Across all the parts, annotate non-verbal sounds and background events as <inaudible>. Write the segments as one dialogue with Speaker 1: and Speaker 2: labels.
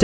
Speaker 1: จ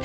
Speaker 1: แถ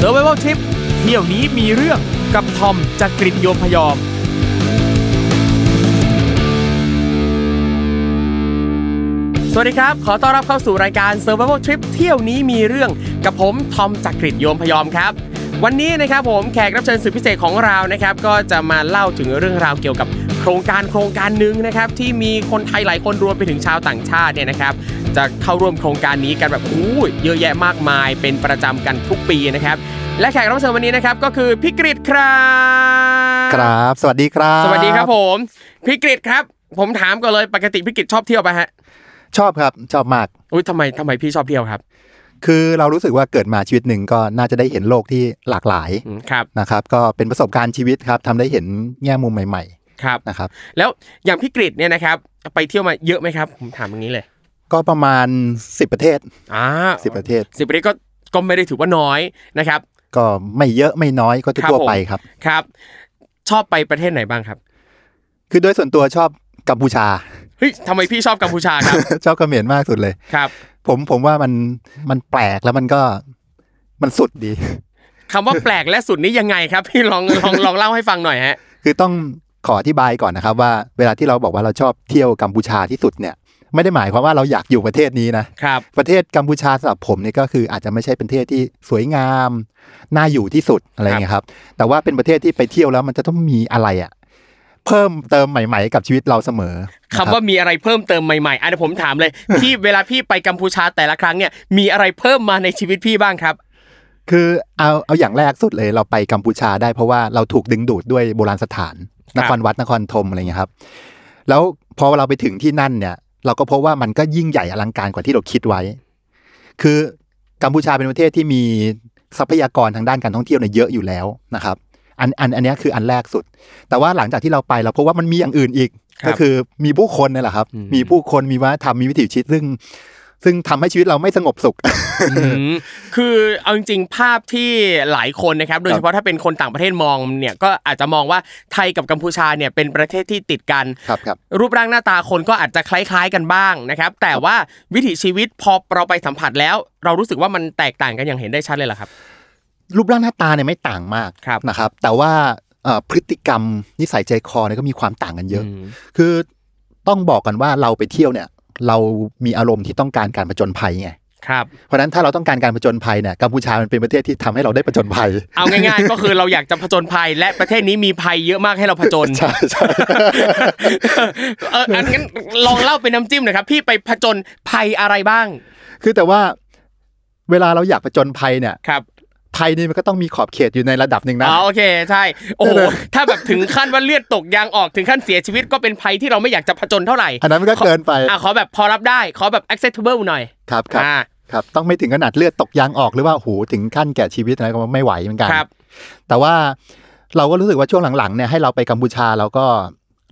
Speaker 2: s u r v i v a l Trip เที่ยวนี้มีเรื่องกับทอมจากกรีฑโยมพยอม สวัสดีครับ ขอต้อนรับเข้าสู่รายการ s u r v i v a l Trip เที่ยวนี้มีเรื่องกับผมทอมจากกรีฑโยมพยอมครับ วันนี้นะครับผมแขกรับเชิญสุดพิเศษของเรานะครับก็จะมาเล่าถึงเรื่องราวเกี่ยวกับโครงการโครงการหนึ่งนะครับที่มีคนไทยหลายคนรวมไปถึงชาวต่างชาติเนี่ยนะครับ จะเข้าร่วมโครงการนี้กันแบบอู้ยเยอะแยะมากมายเป็นประจำกันทุกปีนะครับ และแขกรับเชิญวันนี้นะครับก็คือพี่กริดครับ
Speaker 3: ครับ สวัสดีครับ
Speaker 2: สวัสดีครับผมพี่กริดครับ ผมถามก่อนเลยปกติพี่กริดชอบเที่ยวปะฮะ
Speaker 3: ชอบครับ ชอบมาก
Speaker 2: อุ้ยทำไมทำไมพี่ชอบเที่ยวครับ
Speaker 3: คือเรารู้สึกว่าเกิดมาชีวิตหนึ่งก็น่าจะได้เห็นโลกที่หลากหลาย
Speaker 2: อืมครับ
Speaker 3: นะครับ ก็เป็นประสบการณ์ชีวิตครับทำได้เห็นแง่มุมใหม่
Speaker 2: ครับ
Speaker 3: ๆ นะครับ
Speaker 2: แล้วอย่างพี่กริดเนี่ยนะครับ ไปเที่ยวมาเยอะไหมครับ ผมถามอย่างนี้เลย
Speaker 3: ก็ประมาณ 10 ประเทศ
Speaker 2: อ่า
Speaker 3: 10 ประเทศ
Speaker 2: สิบประเทศก็ก็ไม่ได้ถือว่าน้อยนะครับ
Speaker 3: ก็ไม่เยอะไม่น้อย
Speaker 2: ค
Speaker 3: ก็
Speaker 2: รับ
Speaker 3: ทั่ว
Speaker 2: ผม
Speaker 3: ๆไปครับ
Speaker 2: ครับ ชอบไปประเทศไหนบ้างครับ
Speaker 3: คือโดยส่วนตัวชอบกัมพูชา <laughs>
Speaker 2: เฮ้ยทำไมพี่ชอบกัมพูชา <laughs> ครับ
Speaker 3: ชอบเขมรมากสุดเลย
Speaker 2: ครับ
Speaker 3: ผมผมว่ามันมันแปลกแล้วมันก็มันสุดดี
Speaker 2: คำว่าแปลกและสุดนี้ยังไงครับ พี่ลอง <laughs> ลองลองเล่าให้ฟังหน่อยฮะ
Speaker 3: คือต้องขออธิบายก่อนนะครับว่าเวลาที่เราบอกว่าเราชอบเที่ยวกัมพูชาที่สุดเนี่ย ไม่ได้หมายความว่าเราอยากอยู่ประเทศนี้นะ
Speaker 2: ครับ
Speaker 3: ประเทศกัมพูชาสำหรับผมเนี่ยก็คืออาจจะไม่ใช่เป็นประเทศที่สวยงาม น่าอยู่ที่สุดอะไรอย่างเงี้ยครับ แต่ว่าเป็นประเทศที่ไปเที่ยวแล้วมันจะต้องมีอะไรอะเพิ่มเติมใหม่ ๆ กับชีวิตเราเสมอนะ
Speaker 2: คำ
Speaker 3: รับ
Speaker 2: ว่ามีอะไรเพิ่มเติมใหม่ๆอันนี้ผมถามเลย พี่เวลาพี่ไปกัมพูชาแต่ละครั้งเนี่ย มีอะไรเพิ่มมาในชีวิตพี่บ้างครับ
Speaker 3: คือเอาเอาอย่างแรกสุดเลยเราไปกัมพูชาได้เพราะว่าเราถูกดึงดูดด้วยโบราณสถาน
Speaker 2: ครั
Speaker 3: น
Speaker 2: บ
Speaker 3: ครวัดนครธมอะไรอย่างเงี้ยครับ แล้วพอเราไปถึงที่นั่นเนี่ย เราก็พบว่ามันก็ยิ่งใหญ่อลังการกว่าที่เราคิดไว้ คือกัมพูชาเป็นประเทศที่มีทรัพยากรทางด้านการท่องเที่ยวเนี่ยเยอะอยู่แล้วนะครับอันอันอันเนี้ยคืออันแรกสุด แต่ว่าหลังจากที่เราไปเราพบว่ามันมีอย่างอื่นอีก
Speaker 2: ครับ
Speaker 3: ก็คือมีผู้คนเนี่ยแหละครับ
Speaker 2: อืม
Speaker 3: มีผู้คนมีวัฒนธรรมมีวิถีชีวิตซึ่ง ซึ่งทำให้ชีวิตเราไม่สงบสุข
Speaker 2: อืมคือเอาจริงๆภาพที่หลายคนนะครับ โดยเฉพาะถ้าเป็นคนต่างประเทศมองเนี่ยก็อาจจะมองว่าไทยกับกัมพูชาเนี่ยเป็นประเทศที่ติดกัน
Speaker 3: ครับครับ
Speaker 2: รูปร่างหน้าตาคนก็อาจจะคล้ายๆกันบ้างนะครับ แต่ว่าวิถีชีวิตพอเราไปสัมผัสแล้ว เรารู้สึกว่ามันแตกต่างกันอย่างเห็นได้ชัดเลยล่ะครับ
Speaker 3: รูปร่างหน้าตาเนี่ยไม่ต่างมาก
Speaker 2: ครับ
Speaker 3: นะครับ แต่ว่าเอ่อพฤติกรรมนิสัยใจคอเนี่ยก็มีความต่างกันเยอะ
Speaker 2: ม
Speaker 3: คือต้องบอกกันว่าเราไปเที่ยวเนี่ย เรามีอารมณ์ที่ต้องการการผจญภัยไง
Speaker 2: ครับ
Speaker 3: เพราะฉะนั้นถ้าเราต้องการการผจญภัยเนี่ยกัมพูชามันเป็นประเทศที่ทำให้เราได้ผจญภัย
Speaker 2: เอาง่ายๆ ก็คือเราอยากจะผจญภัย และประเทศนี้มีภัยเยอะมากให้เราผจญ <laughs>
Speaker 3: ใช่ใช่ <laughs>
Speaker 2: เอออันงั้นลองเล่าเป็นน้ำจิ้มหน่อยครับ พี่ไปผจญภัยอะไรบ้าง
Speaker 3: คือแต่ว่าเวลาเราอยากผจญภัยเนี่ย
Speaker 2: ครับ
Speaker 3: ภัยนี่มันก็ต้องมีขอบเขตอยู่ในระดับหนึ่งนะ
Speaker 2: อ๋อโอเคใช่โอ้โห
Speaker 3: เออ
Speaker 2: ถ้าแบบถึงขั้นว่าเลือดตกยางออกถึงขั้นเสียชีวิตก็เป็นภัยที่เราไม่อยากจะผจญเท่าไหร่
Speaker 3: อันนั้นมันก็เกินไป
Speaker 2: อ่ะขอแบบพอรับได้ขอแบบ acceptable หน่อย
Speaker 3: ครับครับ
Speaker 2: อ่า
Speaker 3: ครับต้องไม่ถึงขนาดเลือดตกยางออกหรือว่าโอ้โหถึงขั้นแก่ชีวิตอะไรก็ไม่ไหวเหมือนกัน
Speaker 2: ครับ
Speaker 3: แต่ว่าเราก็รู้สึกว่าช่วงหลังๆเนี่ยให้เราไปกัมพูชาเราก็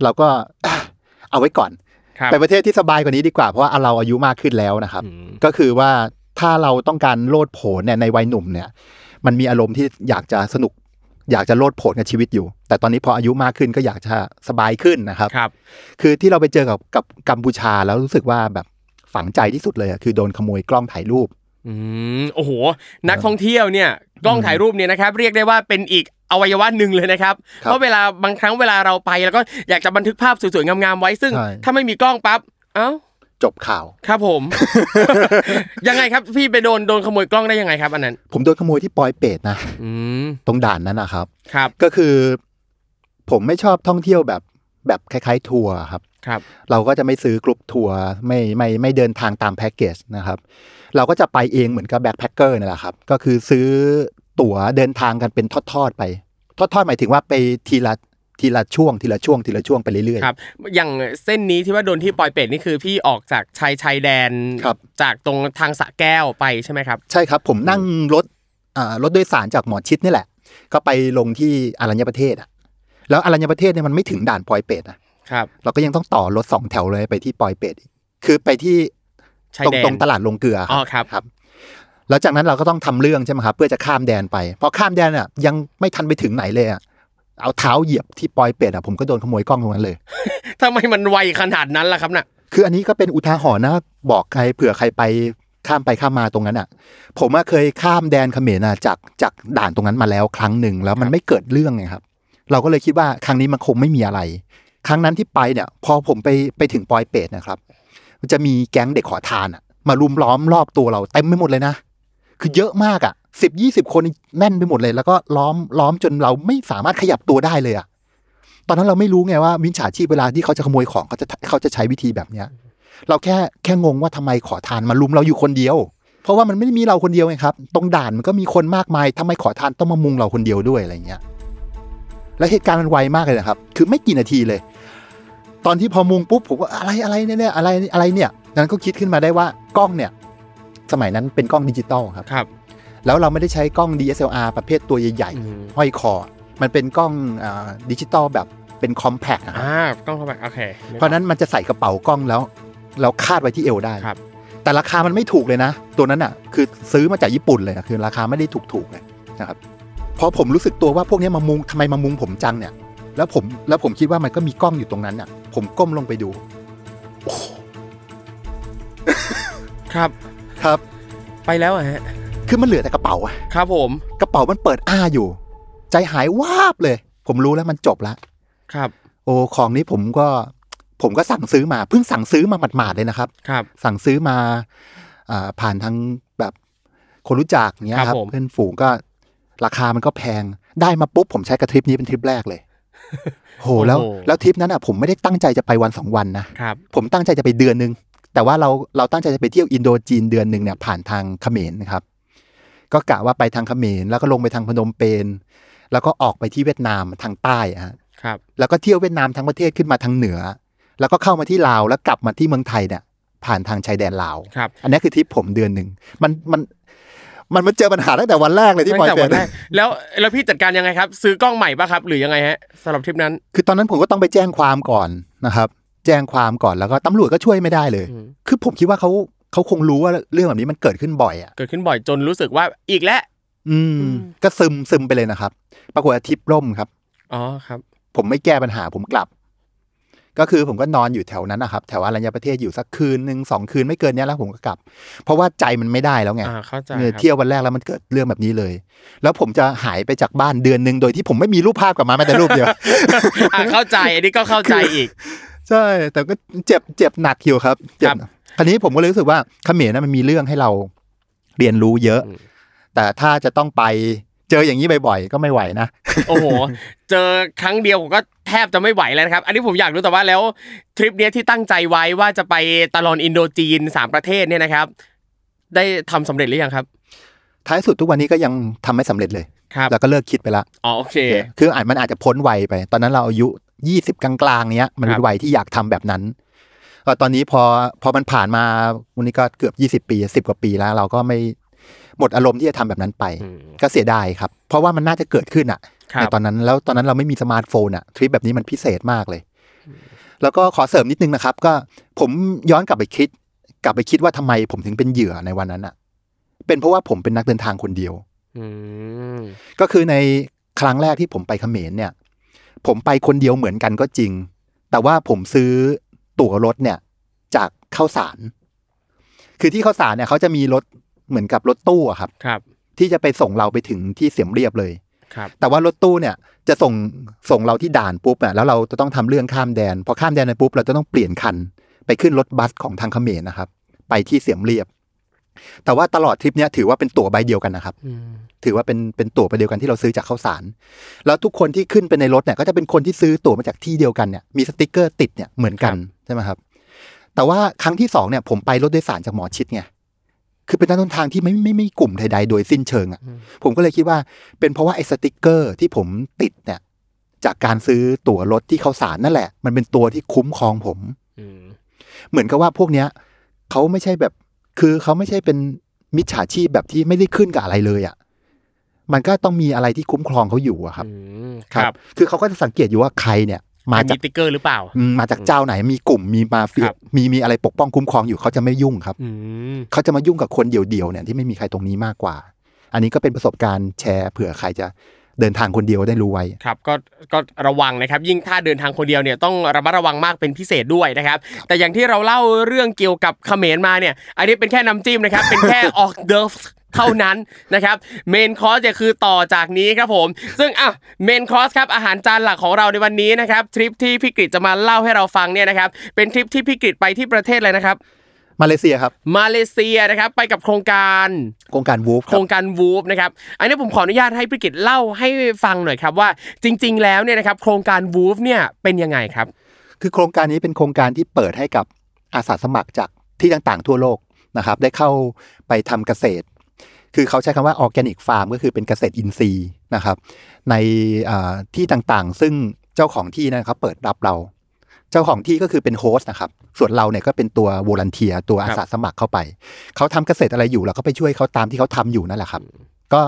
Speaker 3: เราก็ <coughs> เอาไว้ก่อน
Speaker 2: ครับ
Speaker 3: ไปประเทศที่สบายกว่านี้ดีกว่าเพราะว่าเราอายุมากขึ้นแล้วนะครับ
Speaker 2: อืม
Speaker 3: ก็คือว่าถ้าเราต้องการโลดโผนเนี่ยในวัยหนุ่มเนี่ย มันมีอารมณ์ที่อยากจะสนุก อยากจะโลดโผนกับชีวิตอยู่ แต่ตอนนี้พออายุมากขึ้นก็อยากจะสบายขึ้นนะครับ
Speaker 2: ครับ
Speaker 3: คือที่เราไปเจอกับกับกัมพูชาแล้วรู้สึกว่าแบบฝังใจที่สุดเลยอะคือโดนขโมยกล้องถ่ายรูป
Speaker 2: อืมโอ้โห นักท่องเที่ยวเนี่ยกล้องถ่ายรูปเนี่ยนะครับ เรียกได้ว่าเป็นอีกอวัยวะหนึ่งเลยนะครับ
Speaker 3: ครับ
Speaker 2: เพราะเวลาบางครั้งเวลาเราไปแล้วก็อยากจะบันทึกภาพสวยๆงามๆไว้ซึ่ง
Speaker 3: ใช่
Speaker 2: ถ้าไม่มีกล้องปั๊บเอ้า
Speaker 3: จบข่าว
Speaker 2: ครับ
Speaker 3: <laughs>
Speaker 2: ผม ยังไงครับพี่ไปโดนโดนขโมยกล้องได้ยังไงครับ อันนั้น
Speaker 3: ผมโดนขโมยที่ปอยเปตนะ
Speaker 2: อืม
Speaker 3: ตรงด่านนั้นนะครับ
Speaker 2: ครับ
Speaker 3: ก็คือ ผมไม่ชอบท่องเที่ยวแบบแบบคล้ายๆทัวร์ครับ
Speaker 2: ครับ
Speaker 3: เราก็จะไม่ซื้อกรุ๊ปทัวร์ไม่ไม่ไม่เดินทางตามแพ็กเกจนะครับ เราก็จะไปเองเหมือนกับแบ็คแพคเกอร์นี่แหละครับ ก็คือซื้อตั๋วเดินทางกันเป็นทอดๆไป ทอดๆหมายถึงว่าไปทีละทีละช่วงทีละช่วงทีละช่วงไปเรื่อย
Speaker 2: ครับอย่างเส้นนี้ที่ว่าโดนที่ปอยเป็ดนี่คือพี่ออกจากชายชายแดน
Speaker 3: ครับ
Speaker 2: จากตรงทางสระแก้วไปใช่ไหมครับ
Speaker 3: ๆ ใช่ครับ ผมนั่งรถอ่ารถโดยสารจากหมอชิดนี่แหละ ก็ไปลงที่อรัญญประเทศอะแล้วอรัญญประเทศเนี่ยมันไม่ถึงด่านปอยเปตอะ
Speaker 2: ครับ
Speaker 3: เราก็ยังต้องต่อรถสองแถวเลยไปที่ปอยเปตอีกคือไปที่
Speaker 2: ชาย
Speaker 3: ตรง
Speaker 2: แดน
Speaker 3: ตรงตลาดลงเกลือ
Speaker 2: อ๋
Speaker 3: อ๋
Speaker 2: อครับ
Speaker 3: ครับแล้วจากนั้นเราก็ต้องทำเรื่องใช่ไหมครับ เพื่อจะข้ามแดนไปพอข้ามแดนอ่ะ ยังไม่ทันไปถึงไหนเลยอ่ะเอาเท้าเหยียบที่ปอยเป็ดอ่ะผมก็โดนขโมยกล้องตรงนั้นเลย
Speaker 2: ทำไมมันไวขนาดนั้นล่ะครับน่ะ
Speaker 3: คืออันนี้ก็เป็นอุทาหรณ์นะบอกใครเผื่อใครไปข้ามไปข้ามมาตรงนั้นอ่ะ ผมอะเคยข้ามแดนเขมรอะจากจากด่านตรงนั้นมาแล้วครั้งหนึ่งแล้วมันไม่เกิดเรื่องไงครับ เราก็เลยคิดว่าครั้งนี้มันคงไม่มีอะไร ครั้งนั้นที่ไปเนี่ย พอผมไปไปถึงปอยเปตนะครับ มันจะมีแก๊งเด็กขอทานอะมารุมล้อมรอบตัวเราเต็มไปหมดเลยนะ คือเยอะมากอ่ะสิบยี่สิบคนแน่นไปหมดเลย แล้วก็ล้อมล้อมจนเราไม่สามารถขยับตัวได้เลยอ่ะ ตอนนั้นเราไม่รู้ไงว่ามิจฉาชีพเวลาที่เขาจะขโมยของเขาจะเขาจะใช้วิธีแบบเนี้ย เราแค่แค่งงว่าทำไมขอทานมาลุมเราอยู่คนเดียว เพราะว่ามันไม่ได้มีเราคนเดียวไงครับ ตรงด่านมันก็มีคนมากมายทำไมขอทานต้องมามุงเราคนเดียวด้วยอะไรเงี้ย และเหตุการณ์มันไวมากเลยนะครับ คือไม่กี่นาทีเลย ตอนที่พอมุงปุ๊บผมก็อะไรอะไรเนี่ยเนี่ยอะไรอะไรเนี่ยนั้นก็คิดขึ้นมาได้ว่ากล้องเนี่ย สมัยนั้นเป็นกล้องดิจิตอลครับ
Speaker 2: ครับ
Speaker 3: แล้วเราไม่ได้ใช้กล้อง DSLR ประเภทตัวใหญ่
Speaker 2: อืม
Speaker 3: ๆห้อยคอ มันเป็นกล้องอ่าดิจิตอลแบบเป็นคอมแพคนะครับ
Speaker 2: อ่าต้องเข้าไปโอเค
Speaker 3: เพราะฉะนั้นมันจะใส่กระเป๋ากล้องแล้ว เราคาดไว้ที่เอวได้
Speaker 2: ครับ
Speaker 3: แต่ราคามันไม่ถูกเลยนะ ตัวนั้นอ่ะ คือซื้อมาจากญี่ปุ่นเลยอะคือราคาไม่ได้ถูกถูกๆเลยนะครับพอผมรู้สึกตัวว่าพวกเนี้ยมามุงทำไมมามุงผมจังเนี่ย แล้วผมแล้วผมคิดว่ามันก็มีกล้องอยู่ตรงนั้นอ่ะ ผมก้มลงไปดู
Speaker 2: ครับ
Speaker 3: ครับ
Speaker 2: ไปแล้วอะฮะ
Speaker 3: คือมันเหลือแต่กระเป๋าอะ
Speaker 2: ครับผม
Speaker 3: กระเป๋ามันเปิดอ้าอยู่ ใจหายวาบเลย ผมรู้แล้วมันจบละ
Speaker 2: ครับ
Speaker 3: โอ้ของนี้ผมก็ผมก็สั่งซื้อมาเพิ่งสั่งซื้อมาหมาดๆเลยนะครับ
Speaker 2: ครับ
Speaker 3: สั่งซื้อมาอ่าผ่านทางแบบคนรู้จักเนี้ย
Speaker 2: ครับ
Speaker 3: ครับ
Speaker 2: ผม
Speaker 3: เพื่อนฝูงก็ราคามันก็แพงได้มาปุ๊บผมใช้กระทริปนี้เป็นทริปแรกเลย โหแล้วแล้วทริปนั้นอ่ะผมไม่ได้ตั้งใจจะไปวันสองวันนะครับ ผมตั้งใจจะไปเดือนหนึ่งแต่ว่าเราเราตั้งใจจะไปเที่ยวอินโดจีนเดือนหนึ่งเนี่ยผ่านทางเขมรนะครับ ก็กะว่าไปทางเขมรแล้วก็ลงไปทางพนมเปญแล้วก็ออกไปที่เวียดนามทางใต้อะฮะ
Speaker 2: ครับ
Speaker 3: แล้วก็เที่ยวเวียดนามทั้งประเทศขึ้นมาทางเหนือ แล้วก็เข้ามาที่ลาวแล้วกลับมาที่เมืองไทยเนี่ยผ่านทางชายแดนลาว
Speaker 2: ครับ
Speaker 3: อันนี้คือทริปผมเดือนหนึ่งมันมันมันมาเจอปัญหาตั้งแต่วันแรกเลยที่ปอย
Speaker 2: ตั้งแต่
Speaker 3: เป็
Speaker 2: วัน นแรกแล้วแล้วพี่จัดการยังไงครับ ซื้อกล้องใหม่ป่ะครับ หรือยังไงฮะสำหรับทริปนั้น
Speaker 3: คือตอนนั้นผมก็ต้องไปแจ้งความก่อนนะครับ แจ้งความก่อนแล้วก็ตำรวจก็ช่วยไม่ได้เลย
Speaker 2: อืม
Speaker 3: คือผมคิดว่าเขาเขาคงรู้ว่าเรื่องแบบนี้มันเกิดขึ้นบ่อยอ่ะ
Speaker 2: เกิดขึ้นบ่อยจนรู้สึกว่าอีกแล้ว
Speaker 3: อื
Speaker 2: อื
Speaker 3: ม
Speaker 2: ม
Speaker 3: ก็ซึมซึมไปเลยนะครับ ปรากฏว่าทริปร่มครับ
Speaker 2: อ๋อครับ
Speaker 3: ผมไม่แก้ปัญหาผมกลับ ก็คือผมก็นอนอยู่แถวนั้นนะครับ แถวอรัญญประเทศอยู่สักคืนหนึ่งสองคืนไม่เกินเนี้ยแล้วผมก็กลับ เพราะว่าใจมันไม่ได้แล้วไง
Speaker 2: อ่าเข้าใจ
Speaker 3: เนี่ย
Speaker 2: ครับ
Speaker 3: เที่ยววันแรกแล้วมันเกิดเรื่องแบบนี้เลย แล้วผมจะหายไปจากบ้านเดือนหนึ่งโดยที่ผมไม่มีรูปภาพกลับมาแม้แต่รูปเดียว <laughs>
Speaker 2: อ่าเข้าใจอันนี้ก็เข้าใจอีก
Speaker 3: ใช่ แต่ก็เจ็บเจ็บหนักอยู่ครับเจ็บ
Speaker 2: ครับ
Speaker 3: คราวนี้ผมก็เลยรู้สึกว่าเขมรนะมันมีเรื่องให้เราเรียนรู้เยอะ
Speaker 2: อืม
Speaker 3: แต่ถ้าจะต้องไปเจออย่างนี้บ่อยๆก็ไม่ไหวนะ
Speaker 2: โอ้โห เจอครั้งเดียวผมก็แทบจะไม่ไหวแล้วนะครับ อันนี้ผมอยากรู้แต่ว่าแล้วทริปเนี้ยที่ตั้งใจไว้ว่าจะไปตลอนอินโดจีนสามประเทศเนี่ยนะครับ ได้ทำสำเร็จหรือยังครับ
Speaker 3: ท้ายสุดทุกวันนี้ก็ยังทำไม่สำเร็จเลย
Speaker 2: ครับ
Speaker 3: แล้วก็เลิกคิดไปละ
Speaker 2: อ๋อโอเค
Speaker 3: คืออาจมันอาจจะพ้นวัยไป ตอนนั้นเราอายุยี่สิบกลางๆเนี้ย มันเป็
Speaker 2: ครั
Speaker 3: น
Speaker 2: บ
Speaker 3: วัยที่อยากทำแบบนั้นก็ตอนนี้พอพอมันผ่านมาวันนี้ก็เกือบยี่สิบปีสิบกว่าปีแล้ว เราก็ไม่หมดอารมณ์ที่จะทำแบบนั้นไป
Speaker 2: อืม
Speaker 3: ก็เสียดายครับ เพราะว่ามันน่าจะเกิดขึ้นอ่ะ
Speaker 2: ครั
Speaker 3: ใน
Speaker 2: บ
Speaker 3: ตอนนั้นแล้วตอนนั้นเราไม่มีสมาร์ทโฟนอ่ะทริปแบบนี้มันพิเศษมากเลย แล้วก็ขอเสริมนิดนึงนะครับ ก็ผมย้อนกลับไปคิด กลับไปคิดว่าทำไมผมถึงเป็นเหยื่อในวันนั้นอ่ะ เป็นเพราะว่าผมเป็นนักเดินทางคนเดียว
Speaker 2: อืม
Speaker 3: ก็คือในครั้งแรกที่ผมไปเขมรเนี่ย ผมไปคนเดียวเหมือนกันก็จริง แต่ว่าผมซื้อตั๋วรถเนี่ย จากข้าวสาร คือที่ข้าวสารเนี่ยเขาจะมีรถเหมือนกับรถตู้อะครับ
Speaker 2: ครับ
Speaker 3: ที่จะไปส่งเราไปถึงที่เสียมเรียบเลย
Speaker 2: ครับ
Speaker 3: แต่ว่ารถตู้เนี่ยจะส่งส่งเราที่ด่านปุ๊บอะแล้วเราจะต้องทำเรื่องข้ามแดนพอข้ามแดนไปปุ๊บเราจะต้องเปลี่ยนคัน ไปขึ้นรถบัสของทางเขมรนะครับ ไปที่เสียมเรียบ แต่ว่าตลอดทริปเนี้ยถือว่าเป็นตั๋วใบเดียวกันนะครับ
Speaker 2: อืม
Speaker 3: ถือว่าเป็นเป็นตั๋วไปเดียวกันที่เราซื้อจากข้าวสาร แล้วทุกคนที่ขึ้นไปในรถเนี่ยก็จะเป็นคนที่ซื้อตั๋วมาจากที่เดียวกันเนี่ยมีสติกเกอร์ติดเนี่ยเหมือนกันใช่ไหมครับ แต่ว่าครั้งที่สองเนี่ยผมไปรถโดยสารจากหมอชิดไงคือเป็นต้นทางที่ไม่ไม่ไม่กลุ่มใดๆโดยสิ้นเชิงอะ่ะผมก็เลยคิดว่าเป็นเพราะว่าไอ้สติกเกอร์ที่ผมติดเนี่ยจากการซื้อตั๋วรถที่ข้าวสารนั่นแหละ มันเป็นตัวที่คุ้มครองผม
Speaker 2: อืม
Speaker 3: เหมือนกับว่าพวกเนี้ยเขาไม่ใช่แบบ คือเขาไม่ใช่เป็นมิจฉาชีพแบบที่ไม่ได้ขึ้นกับอะไรเลยอะ่ะมันก็ต้องมีอะไรที่คุ้มครองเขาอยู่อะครับ
Speaker 2: อืมครับ
Speaker 3: คือเขาก็จะสังเกตอยู่ว่าใครเนี่ย มา
Speaker 2: มี
Speaker 3: จาก
Speaker 2: ติ๊กเกอร์หรือเปล่า
Speaker 3: อืมมาจากเจ้าไหนมีกลุ่มมีมาเฟีย
Speaker 2: ครับ
Speaker 3: มีมีอะไรปกป้องคุ้มครองอยู่เขาจะไม่ยุ่งครับ
Speaker 2: อืม
Speaker 3: เขาจะมายุ่งกับคนเดียวๆเนี่ยที่ไม่มีใครตรงนี้มากกว่า อันนี้ก็เป็นประสบการณ์แชร์เผื่อใครจะเดินทางคนเดียวได้รู้ไว้
Speaker 2: ครับก็ก็ระวังนะครับ ยิ่งถ้าเดินทางคนเดียวเนี่ยต้องระมัดระวังมากเป็นพิเศษด้วยนะครับ แต่อย่างที่เราเล่าเรื่องเกี่ยวกับเขมรมาเนี่ย อันนี้เป็นแค่น้ำจิ้มนะครับ เป็นแค่ <laughs> ออกเดิร์ฟเท่านั้นนะครับเมนคอร์สจะคือต่อจากนี้ครับผม ซึ่งอ่ะเมนคอร์สครับอาหารจานหลักของเราในวันนี้นะครับทริปที่พี่กฤษจะมาเล่าให้เราฟังเนี่ยนะครับเป็นทริปที่พี่กฤษไปที่ประเทศอะไรนะครับ
Speaker 3: มาเลเซียครับ
Speaker 2: มาเลเซียนะครับไปกับโครงการ
Speaker 3: โครงการวูฟ
Speaker 2: โครงการวูฟนะครับ อันนี้ผมขออนุญาตให้พิกิตเล่าให้ฟังหน่อยครับว่าจริง ๆ แล้วเนี่ยนะครับโครงการวูฟเนี่ยเป็นยังไงครับ
Speaker 3: คือโครงการนี้เป็นโครงการที่เปิดให้กับอาสาสมัครจากที่ต่างๆ ทั่วโลกนะครับ ได้เข้าไปทำเกษตร คือเขาใช้คำว่าออร์แกนิกฟาร์มก็คือเป็นเกษตรอินทรีย์นะครับ ในเอ่อที่ต่างๆ ซึ่งเจ้าของที่นะครับเปิดรับเรา เจ้าของที่ก็คือเป็นโฮสต์นะครับ ส่วนเราเนี่ยก็เป็นตัววอลันเทียตัวอาสาสมัครเข้าไป เขาทำเกษตรอะไรอยู่เราก็ไปช่วยเขาตามที่เขาทำอยู่นั่นแหละครับ ก็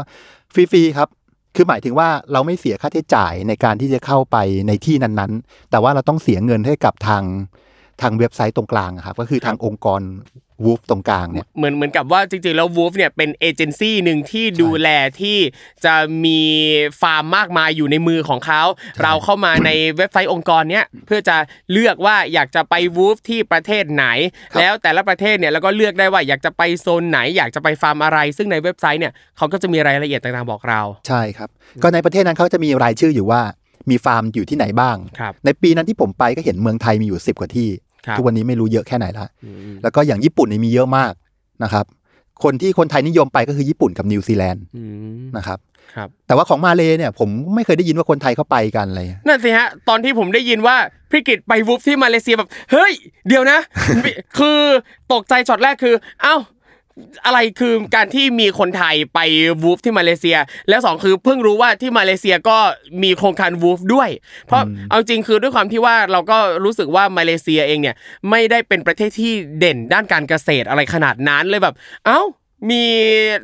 Speaker 3: ฟรีๆครับ คือหมายถึงว่าเราไม่เสียค่าใช้จ่ายในการที่จะเข้าไปในที่นั้นๆ แต่ว่าเราต้องเสียเงินให้กับทางทางเว็บไซต์ตรงกลางอะครับ ก็คือทางองค์กรวูฟตรงกลางเนี่ย
Speaker 2: เหมือนเหมือนกับว่าจริงๆแล้ววูฟเนี่ยเป็นเอเจนซี่หนึ่งที่ดูแลที่จะมีฟาร์มมากมายอยู่ในมือของเขา เราเข้ามาในเว็บไซต์องค์กรเนี้ยเพื่อจะเลือกว่าอยากจะไปวูฟที่ประเทศไหน
Speaker 3: ครับ
Speaker 2: แล้วแต่ละประเทศเนี่ยเราก็เลือกได้ว่าอยากจะไปโซนไหน อยากจะไปฟาร์มอะไร ซึ่งในเว็บไซต์เนี่ยเขาก็จะมีรายละเอียดต่างๆบอกเรา
Speaker 3: ใช่ครับ ก็ในประเทศนั้นเขาจะมีรายชื่ออยู่ว่ามีฟาร์มอยู่ที่ไหนบ้าง
Speaker 2: ครับ
Speaker 3: ในปีนั้นที่ผมไปก็เห็นเมืองไทยมีอยู่ 10 กว่าที่
Speaker 2: ครับ
Speaker 3: ทุกวันนี้ไม่รู้เยอะแค่ไหนละ
Speaker 2: อืม
Speaker 3: แล้วก็อย่างญี่ปุ่นนี่มีเยอะมากนะครับ คนที่คนไทยนิยมไปก็คือญี่ปุ่นกับนิวซีแลนด์
Speaker 2: อืม
Speaker 3: นะครับ
Speaker 2: ครับ
Speaker 3: แต่ว่าของมาเลเนี่ยผมไม่เคยได้ยินว่าคนไทยเข้าไปกันอะไร
Speaker 2: นั่นสิฮะ ตอนที่ผมได้ยินว่าพี่กิตไปวูฟที่มาเลเซียแบบ เฮ้ย เดี๋ยวนะ <laughs> คือตกใจช็อตแรกคือ เอ้า อะไรคือการที่มีคนไทยไปวูฟที่มาเลเซีย แล้วสองคือเพิ่งรู้ว่าที่มาเลเซียก็มีโครงการวูฟด้วย เพราะเอาจริงคือด้วยความที่ว่าเราก็รู้สึกว่ามาเลเซียเองเนี่ยไม่ได้เป็นประเทศที่เด่นด้านการเกษตรอะไรขนาดนั้นเลยแบบ เอ้า มี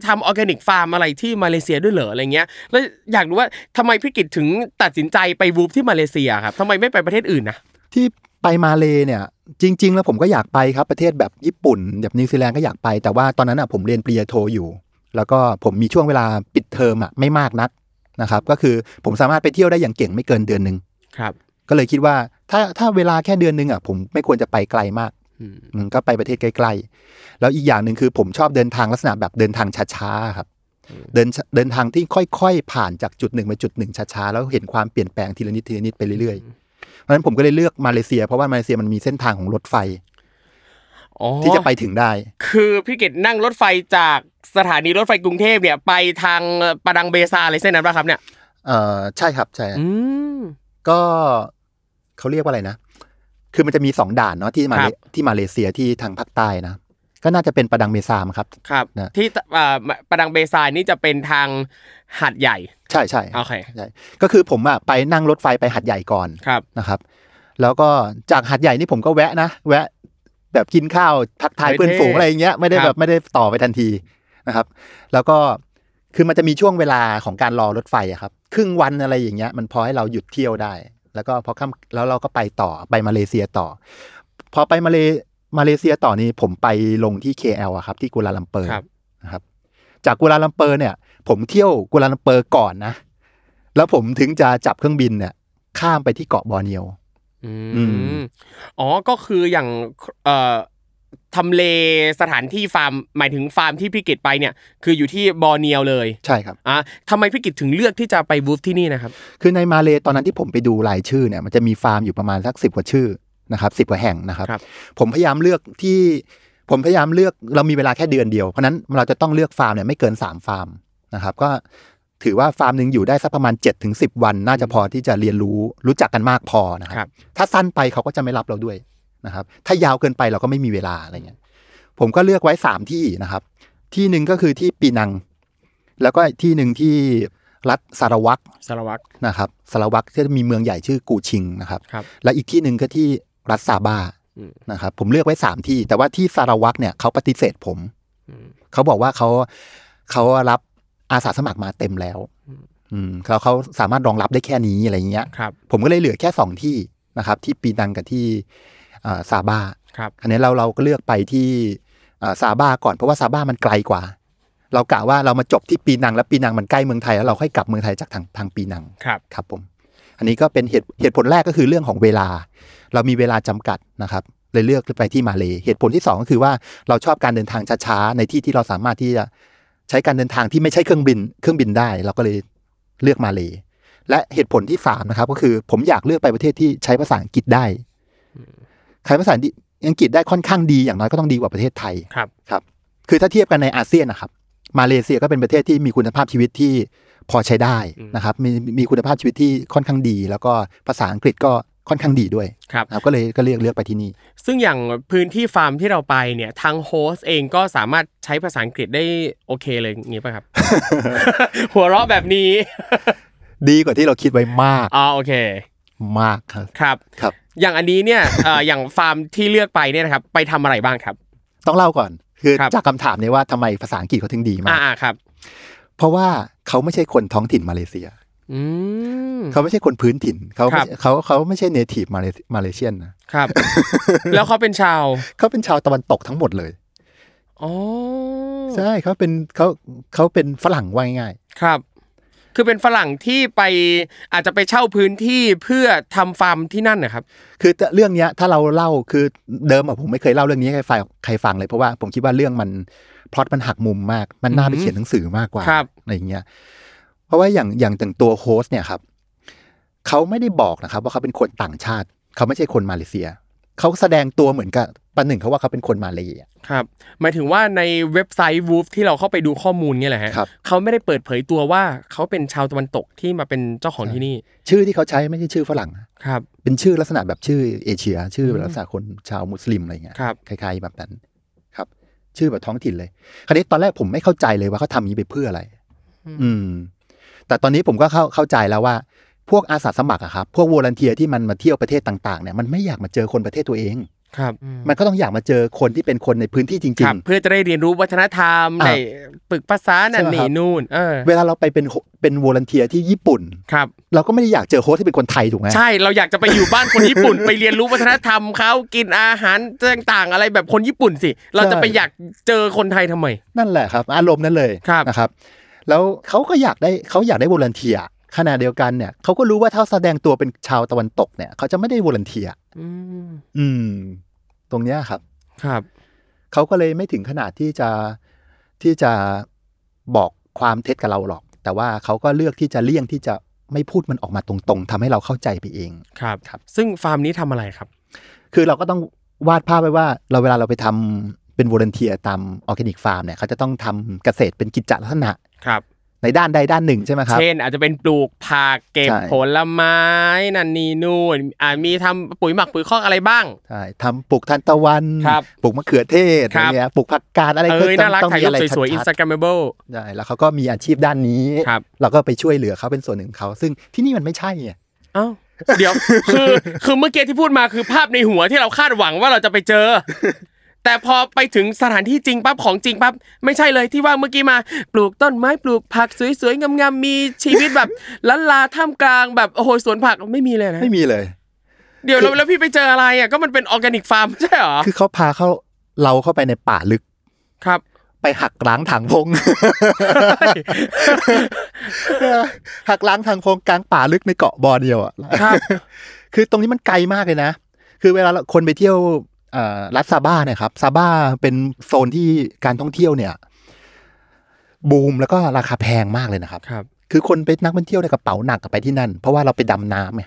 Speaker 2: ทำออร์แกนิกฟาร์มอะไรที่มาเลเซียด้วยเหรออะไรเงี้ย แล้วอยากรู้ว่าทำไมพี่กิจถึงตัดสินใจไปวูฟที่มาเลเซียครับทำไมไม่ไปประเทศอื่นนะ
Speaker 3: ที่ไปมาเลเนี่ยจริง ๆ แล้วผมก็อยากไปครับประเทศแบบญี่ปุ่นแบบนิวซีแลนด์ก็อยากไป แต่ว่าตอนนั้นอ่ะผมเรียนปริญญาโทอยู่ แล้วก็ผมมีช่วงเวลาปิดเทอมอ่ะไม่มากนักนะครับก็คือผมสามารถไปเที่ยวได้อย่างเก่งไม่เกินเดือนหนึ่ง
Speaker 2: ครับ
Speaker 3: ก็เลยคิดว่าถ้าถ้าเวลาแค่เดือนหนึ่งอ่ะผมไม่ควรจะไปไกลมาก
Speaker 2: อืม
Speaker 3: อืมก็ไปประเทศใกล้ๆแล้วอีกอย่างหนึ่งคือผมชอบเดินทางลักษณะแบบเดินทางช้าๆครับเดินเดินทางที่ค่อยๆ ผ่านจากจุดหนึ่งมาจุดหนึ่งช้าๆแล้วเห็นความเปลี่ยนแปลงทีละนิดทีละนิดไปเรื่อยๆ เพราะฉะนั้นผมก็เลยเลือกมาเลเซีย เพราะว่ามาเลเซียมันมีเส้นทางของรถไฟ
Speaker 2: อ๋อ
Speaker 3: ที่จะไปถึงได้
Speaker 2: คือพี่กิจนั่งรถไฟจากสถานีรถไฟกรุงเทพเนี่ยไปทางปะดังเบซาอะไรเส้นนั้นป่ะครับเนี่ย
Speaker 3: เอ่อใช่ครับใช่
Speaker 2: อืม
Speaker 3: ก็เขาเรียกว่าอะไรนะ คือมันจะมีสองด่านเนาะที่มา
Speaker 2: ค
Speaker 3: เล
Speaker 2: รับ
Speaker 3: ที่มาเลเซียที่ทางภาคใต้นะก็น่าจะเป็นประดังเมซามครับ
Speaker 2: ครับ
Speaker 3: นะ
Speaker 2: ที่ตอ่าปะดังเบซานี่จะเป็นทางหาดใหญ่
Speaker 3: ใช่ใช่
Speaker 2: โอเค
Speaker 3: ใช่ก็คือผมอะไปนั่งรถไฟไปหัดใหญ่ก่อน
Speaker 2: ครับ
Speaker 3: นะครับ แล้วก็จากหัดใหญ่นี่ผมก็แวะนะ แวะแบบกินข้าวทักทาย
Speaker 2: ไปเท่
Speaker 3: เพื่อนฝูงอะไรอย่างเงี้ยไม่ได้
Speaker 2: ครับ
Speaker 3: แบบไม่ได้ต่อไปทันทีนะครับ แล้วก็คือมันจะมีช่วงเวลาของการรอรถไฟอะครับครึ่งวันอะไรอย่างเงี้ย มันพอให้เราหยุดเที่ยวได้ แล้วก็พอค่ำแล้วเราก็ไปต่อไปมาเลเซียต่อ พอไปมาเลมาเลเซียต่อนี้ผมไปลงที่ KL อะครับ ที่กัวลาลัมเปอร์
Speaker 2: ครับ
Speaker 3: นะครับจากกัวลาลัมเปอร์เนี่ย ผมเที่ยวกัวลาลัมเปอร์ก่อนนะ แล้วผมถึงจะจับเครื่องบินเนี่ยข้ามไปที่เกาะบอร์เนียว
Speaker 2: อื
Speaker 3: อื
Speaker 2: ม
Speaker 3: ม
Speaker 2: อ๋อ ก็คืออย่างเอ่อทำเลสถานที่ฟาร์ม หมายถึงฟาร์มที่พี่กิจไปเนี่ย คืออยู่ที่บอร์เนียวเลย
Speaker 3: ใช่ครับ
Speaker 2: อ่ะทำไมพี่กิจถึงเลือกที่จะไปบูธที่นี่นะครับ
Speaker 3: คือในมาเลย์ตอนนั้นที่ผมไปดูรายชื่อเนี่ยมันจะมีฟาร์มอยู่ประมาณสักสิบกว่าชื่อ นะครับสิบกว่าแห่งนะครับ
Speaker 2: ครับ
Speaker 3: ผมพยายามเลือกที่ผมพยายามเลือกเรามีเวลาแค่เดือนเดียว เพราะฉะนั้นเราจะต้องเลือกฟาร์มเนี่ยไม่เกิน 3 ฟาร์มนะครับ ก็ถือว่าฟาร์มหนึ่งอยู่ได้สักประมาณ7จ็ถึงสิวัน น่าจะพอที่จะเรียนรู้รู้จักกันมากพอนะค
Speaker 2: ครั
Speaker 3: รับ บ ถ้าสั้นไปเขาก็จะไม่รับเราด้วยนะครับ ถ้ายาวเกินไปเราก็ไม่มีเวลาอะไรเงี้ยผมก็เลือกไว้สามที่นะครับ ที่หนึ่งก็คือที่ปีนัง แล้วก็อีกที่หนึ่งที่รัฐสารวัตร
Speaker 2: สารวัตร
Speaker 3: นะครับสารวัตรที่มีเมืองใหญ่ชื่อกูชิงนะครับ
Speaker 2: ครับ
Speaker 3: และอีกที่หนึ่งก็ที่รัสซาบา
Speaker 2: อืม
Speaker 3: นะครับผมเลือกไว้ 3 ที่ แต่ว่าที่สารวัตรเนี่ยเขาปฏิเสธผม
Speaker 2: อืม
Speaker 3: เขาบอกว่าเขาเขารับอาสาสมัครมาเต็มแล้ว
Speaker 2: อืม
Speaker 3: อืมเขาเขาสามารถรองรับได้แค่นี้อะไรอย่างเงี้ย
Speaker 2: ครับ
Speaker 3: ผมก็เลยเหลือแค่ 2 ที่นะครับ ที่ปีนังกับที่อ่าซาบา
Speaker 2: ครับ
Speaker 3: คันนี้เราเราก็เลือกไปที่อ่าซาบาก่อนเพราะว่าซาบามันไกลกว่า เรากะว่าเรามาจบที่ปีนังแล้วปีนังมันใกล้เมืองไทยแล้วเราค่อยกลับเมืองไทยจากทางทางปีนัง
Speaker 2: ครับ
Speaker 3: ครับผม อันนี้ก็เป็นเหตุเหตุผลแรกก็คือเรื่องของเวลา เรามีเวลาจำกัดนะครับเลยเลือกไปที่มาเลยเหตุผลที่สองก็คือว่าเราชอบการเดินทางช้าๆในที่ที่เราสามารถที่จะใช้การเดินทางที่ไม่ใช่เครื่องบิน เครื่องบินได้ เราก็เลยเลือกมาเลยและเหตุผลที่สามนะครับก็คือผมอยากเลือกไปประเทศที่ใช้ภาษาอังกฤษได้ใช้ภาษาอังกฤษได้ค่อนข้างดีอย่างน้อยก็ต้องดีกว่าประเทศไทย
Speaker 2: ครับ
Speaker 3: ครับคือถ้าเทียบกันในอาเซียนนะครับ มาเลเซียก็เป็นประเทศที่มีคุณภาพชีวิตที่พอใช้ได้นะครับ มีมีคุณภาพชีวิตที่ค่อนข้างดี แล้วก็ภาษาอังกฤษก็ค่อนข้างดีด้วย
Speaker 2: ครับ
Speaker 3: นะครับ ก็เลยก็เลือกเลือกไปที่นี่
Speaker 2: ซึ่งอย่างพื้นที่ฟาร์มที่เราไปเนี่ยทางโฮสต์เองก็สามารถใช้ภาษาอังกฤษได้โอเคเลยอย่างงี้ป่ะ <laughs> ครับ หัวเราะแบบนี้
Speaker 3: ดีกว่าที่เราคิดไว้มาก
Speaker 2: อ๋อโอเค
Speaker 3: มากครับ
Speaker 2: ครับ
Speaker 3: ครับ
Speaker 2: อย่างอันนี้เนี่ยเอ่อ อย่างฟาร์มที่เลือกไปเนี่ยนะครับไปทำอะไรบ้างครับ
Speaker 3: ต้องเล่าก่อน คือ
Speaker 2: ครับ
Speaker 3: จากคำถามเนี้ว่าทำไมภาษาอังกฤษเขาถึงดีมาก
Speaker 2: อ่าๆครับ
Speaker 3: เพราะว่าเขาไม่ใช่คนท้องถิ่นมาเลเซีย
Speaker 2: อืม
Speaker 3: เขาไม่ใช่คนพื้นถิ่นเขา
Speaker 2: ครับ
Speaker 3: ไม่เขาเขาไม่ใช่เนทีฟมาเลมาเลเซียนนะครับ
Speaker 2: แล้วเขาเป็นชาว
Speaker 3: เขาเป็นชาวตะวันตกทั้งหมดเลย
Speaker 2: อ๋อ
Speaker 3: ใช่เขาเป็นเขาเขาเป็นฝรั่งว่าง่ายๆ
Speaker 2: ครับ คือเป็นฝรั่งที่ไปอาจจะไปเช่าพื้นที่เพื่อทำฟาร์มที่นั่นนะครับ
Speaker 3: คือเรื่องเนี้ยถ้าเราเล่าคือเดิมอะผมไม่เคยเล่าเรื่องนี้ให้ใครฟังใครฟังเลยเพราะว่าผมคิดว่าเรื่องมันพล็อตมันหักมุมมาก มันน่าไป
Speaker 2: อือฮึ
Speaker 3: เขียนหนังสือมากกว่า
Speaker 2: ครับ
Speaker 3: อะไรอย่างเงี้ยเพราะว่าอย่างอย่างถึงตัวโฮสต์เนี่ยครับเขาไม่ได้บอกนะครับ ว่าเขาเป็นคนต่างชาติ เขาไม่ใช่คนมาเลเซีย เขาแสดงตัวเหมือนกับประหนึ่งเขาว่าเขาเป็นคนมาเลเซีย
Speaker 2: ครับ หมายถึงว่าในเว็บไซต์ Woof ที่เราเข้าไปดูข้อมูลเนี่ยแหละฮะ
Speaker 3: ครับ
Speaker 2: เขาไม่ได้เปิดเผยตัวว่าเขาเป็นชาวตะวันตกที่มาเป็นเจ้าของที่นี่
Speaker 3: ชื่อที่เขาใช้ไม่ใช่ชื่อฝรั่งนะครับ เป็นชื่อลักษณะแบบชื่อเอเชีย ชื่อแบบ
Speaker 2: อืม
Speaker 3: ลักษณะคนชาวมุสลิมอะไรอย่างเงี้ย
Speaker 2: ครับ
Speaker 3: คล้ายๆแบบนั้นครับ ชื่อแบบท้องถิ่นเลย คราวนี้ตอนแรกผมไม่เข้าใจเลยว่าเขาทำอย่างนี้ไปเพื่ออะไร
Speaker 2: อืม
Speaker 3: อืม แต่ตอนนี้ผมก็เข้าเข้าใจแล้วว่า พวกอาสาสมัครอะครับ พวกวอลันเทียที่มันมาเที่ยวประเทศต่างๆเนี่ยมันไม่อยากมาเจอคนประเทศตัวเอง
Speaker 2: ครับ
Speaker 3: มันก็ต้องอยากมาเจอคนที่เป็นคนในพื้นที่
Speaker 2: ค
Speaker 3: จริ
Speaker 2: รั
Speaker 3: ง
Speaker 2: บ เพื่อจะได้เรียนรู้วัฒนธรรม
Speaker 3: อ่า
Speaker 2: ในฝึกภาษานั่น
Speaker 3: ใช่ครับ
Speaker 2: นี่นู่น เออ
Speaker 3: ๆ เวลาเราไปเป็นโฮเป็นวอลันเทียที่ญี่ปุ่น
Speaker 2: ครับ
Speaker 3: เราก็ไม่ได้อยากเจอโค้ชที่เป็นคนไทยถูกไหม
Speaker 2: ใช่เราอยากจะไปอยู่บ้านคนญี่ปุ่น ไปเรียนรู้วัฒนธรรมเขากินอาหารต่างๆ อะไรแบบคนญี่ปุ่นสิ เราจะไปอยากเจอคนไทยทำไม
Speaker 3: นั่นแหละครับ อารมณ์นั่นเลย
Speaker 2: ครับ
Speaker 3: นะครับ แล้วเขาก็อยากได้เขาอยากได้วอลันเทียขณะเดียวกันเนี่ยเขาก็รู้ว่าถ้าแสดงตัวเป็นชาวตะวันตกเนี่ยเขาจะไม่ได้วอลันเทีย
Speaker 2: ืม
Speaker 3: อืม ตรงเนี้ยครับ
Speaker 2: ครับ
Speaker 3: เขาก็เลยไม่ถึงขนาดที่จะที่จะบอกความเท็จกับเราหรอก แต่ว่าเขาก็เลือกที่จะเลี่ยงที่จะไม่พูดมันออกมาตรงๆทำให้เราเข้าใจไปเอง
Speaker 2: ครับ
Speaker 3: ครับ
Speaker 2: ซึ่งฟาร์มนี้ทำอะไรครับ
Speaker 3: คือเราก็ต้องวาดภาพไว้ว่า เราเวลาเราไปทำเป็นวอลันเทียตามออร์แกนิกฟาร์มเนี่ยเขาจะต้องทำเกษตรเป็นกิจจลักษณะ
Speaker 2: ครับ
Speaker 3: ในด้านใดด้านหนึ่งใช่ไหมครับ
Speaker 2: เช่นอาจจะเป็นปลูกผักเก็บ
Speaker 3: ใช่ ผ
Speaker 2: ผลไม้นันนีนู่นอ่ามีทำปุ๋ยหมักปุ๋ยคอกอะไรบ้าง
Speaker 3: ใช่ทำปลูกทานตะวัน
Speaker 2: ครับ
Speaker 3: ปลูกมะเขือเทศ
Speaker 2: ค
Speaker 3: อะ
Speaker 2: รั
Speaker 3: ไร
Speaker 2: บ
Speaker 3: เงี้ยปลูกผักกาดอะไร
Speaker 2: เอ
Speaker 3: ก็
Speaker 2: อ
Speaker 3: ต้อ
Speaker 2: น่าง รัก
Speaker 3: ต้อง
Speaker 2: ถ่าย
Speaker 3: มี
Speaker 2: รู
Speaker 3: อะ
Speaker 2: ป
Speaker 3: ไร
Speaker 2: สวยๆ
Speaker 3: ชัด
Speaker 2: Instagrammable
Speaker 3: ๆใช่แล้วเขาก็มีอาชีพด้านนี้
Speaker 2: ครับ
Speaker 3: เราก็ไปช่วยเหลือเขาเป็นส่วนหนึ่งของเขา ซึ่งที่นี่มันไม่ใช่ไง
Speaker 2: เอ้าเดี๋ยว คือคือเมื่อกี้ที่พูดมาคือภาพในหัวที่เราคาดหวังว่าเราจะไปเจ
Speaker 3: <laughs>
Speaker 2: อ แต่พอไปถึงสถานที่จริงปั๊บของจริงปั๊บไม่ใช่เลยที่ว่าเมื่อกี้มาปลูกต้นไม้ปลูกผักสวยๆงามๆมีชีวิตแบบ ล้านลาท่ามกลางแบบโอ้โหสวนผักไม่มีเลยนะ
Speaker 3: ไม่มีเลย
Speaker 2: เดี๋ยวแล้วแล้วพี่ไปเจออะไรอ่ะก็มันเป็นออร์แกนิกฟาร์มใช่เหรอ
Speaker 3: คือเขาพาเขาเราเข้าไปในป่าลึก
Speaker 2: ครับ
Speaker 3: ไปหักล้างถาง
Speaker 2: <laughs>
Speaker 3: พง หักล้างถางพงกลางป่าลึกในเกาะบอร์เดียวอ่ะ
Speaker 2: ครับ
Speaker 3: คือตรงนี้มันไกลมากเลยนะ คือเวลาเราคนไปเที่ยวเอ่อรัฐซาบ้าเนี่ยครับซาบ้าเป็นโซนที่การท่องเที่ยวเนี่ย บูมแล้วก็ราคาแพงมากเลยนะครับ
Speaker 2: ครับ
Speaker 3: คือคนไปนักท่องเที่ยวในยกระเป๋าหนักกลับไปที่นั่น เพราะว่าเราไปดำน้ำไง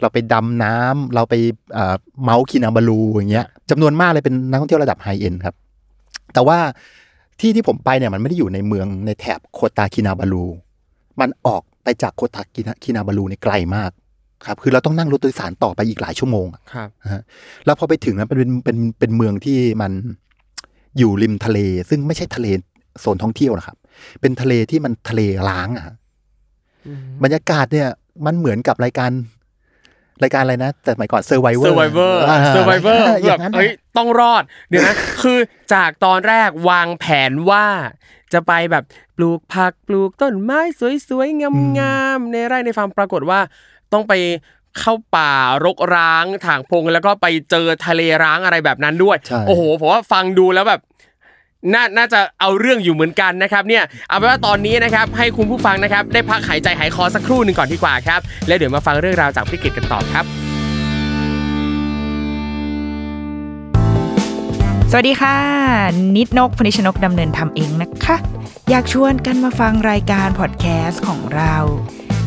Speaker 3: เราไปดำน้ำเราไปเอ่อเมาส์คินาบาลูอย่างเงี้ยจำนวนมากเลยเป็นนักท่องเที่ยวระดับไฮเอ็นครับ แต่ว่าที่ที่ผมไปเนี่ยมันไม่ได้อยู่ในเมืองในแถบโคตาคินาบาลู มันออกไปจากโคตาคินาคินาบาลูเนี่ยไกลมากครับคือเราต้องนั่งรถโดยสารต่อไปอีกหลายชั่วโมงอะ
Speaker 2: ครับ
Speaker 3: แล้วพอไปถึงนั้นเป็นเป็นเป็นเมืองที่มันอยู่ริมทะเล ซึ่งไม่ใช่ทะเลโซนท่องเที่ยวนะครับ เป็นทะเลที่มันทะเลล้างอะฮะ บรรยากาศเนี่ยมันเหมือนกับรายการ รายการอะไรนะ แต่สมัยก่อนเซอร์ไวเวอร์
Speaker 2: survivor survivor
Speaker 3: อ
Speaker 2: แบ
Speaker 3: ย่า
Speaker 2: บ
Speaker 3: งนั้น
Speaker 2: เฮ้ยต้องรอดเดี๋ยวนะ คือจากตอนแรกวางแผนว่า จะไปแบบปลูกผักปลูกต้นไม้สวยๆ งามๆ ในไร่ในฟาร์มปรากฏว่า ต้องไปเข้าป่ารกร้างถางพงแล้วก็ไปเจอทะเลร้างอะไรแบบนั้นด้วย
Speaker 3: ใช่
Speaker 2: โอ้โหผมว่าฟังดูแล้วแบบ น่าน่าจะเอาเรื่องอยู่เหมือนกันนะครับเนี่ยเอาเป็นว่าตอนนี้นะครับให้คุณผู้ฟังนะครับได้พักหายใจหายคอสักครู่หนึ่งก่อนดีกว่าครับ แล้วเดี๋ยวมาฟังเรื่องราวจากพี่กิตกันต่อครับ
Speaker 4: สวัสดีค่ะ นิดนกพนิชนกดำเนินทำเองนะคะ อยากชวนกันมาฟังรายการพอดแคสต์ของเรา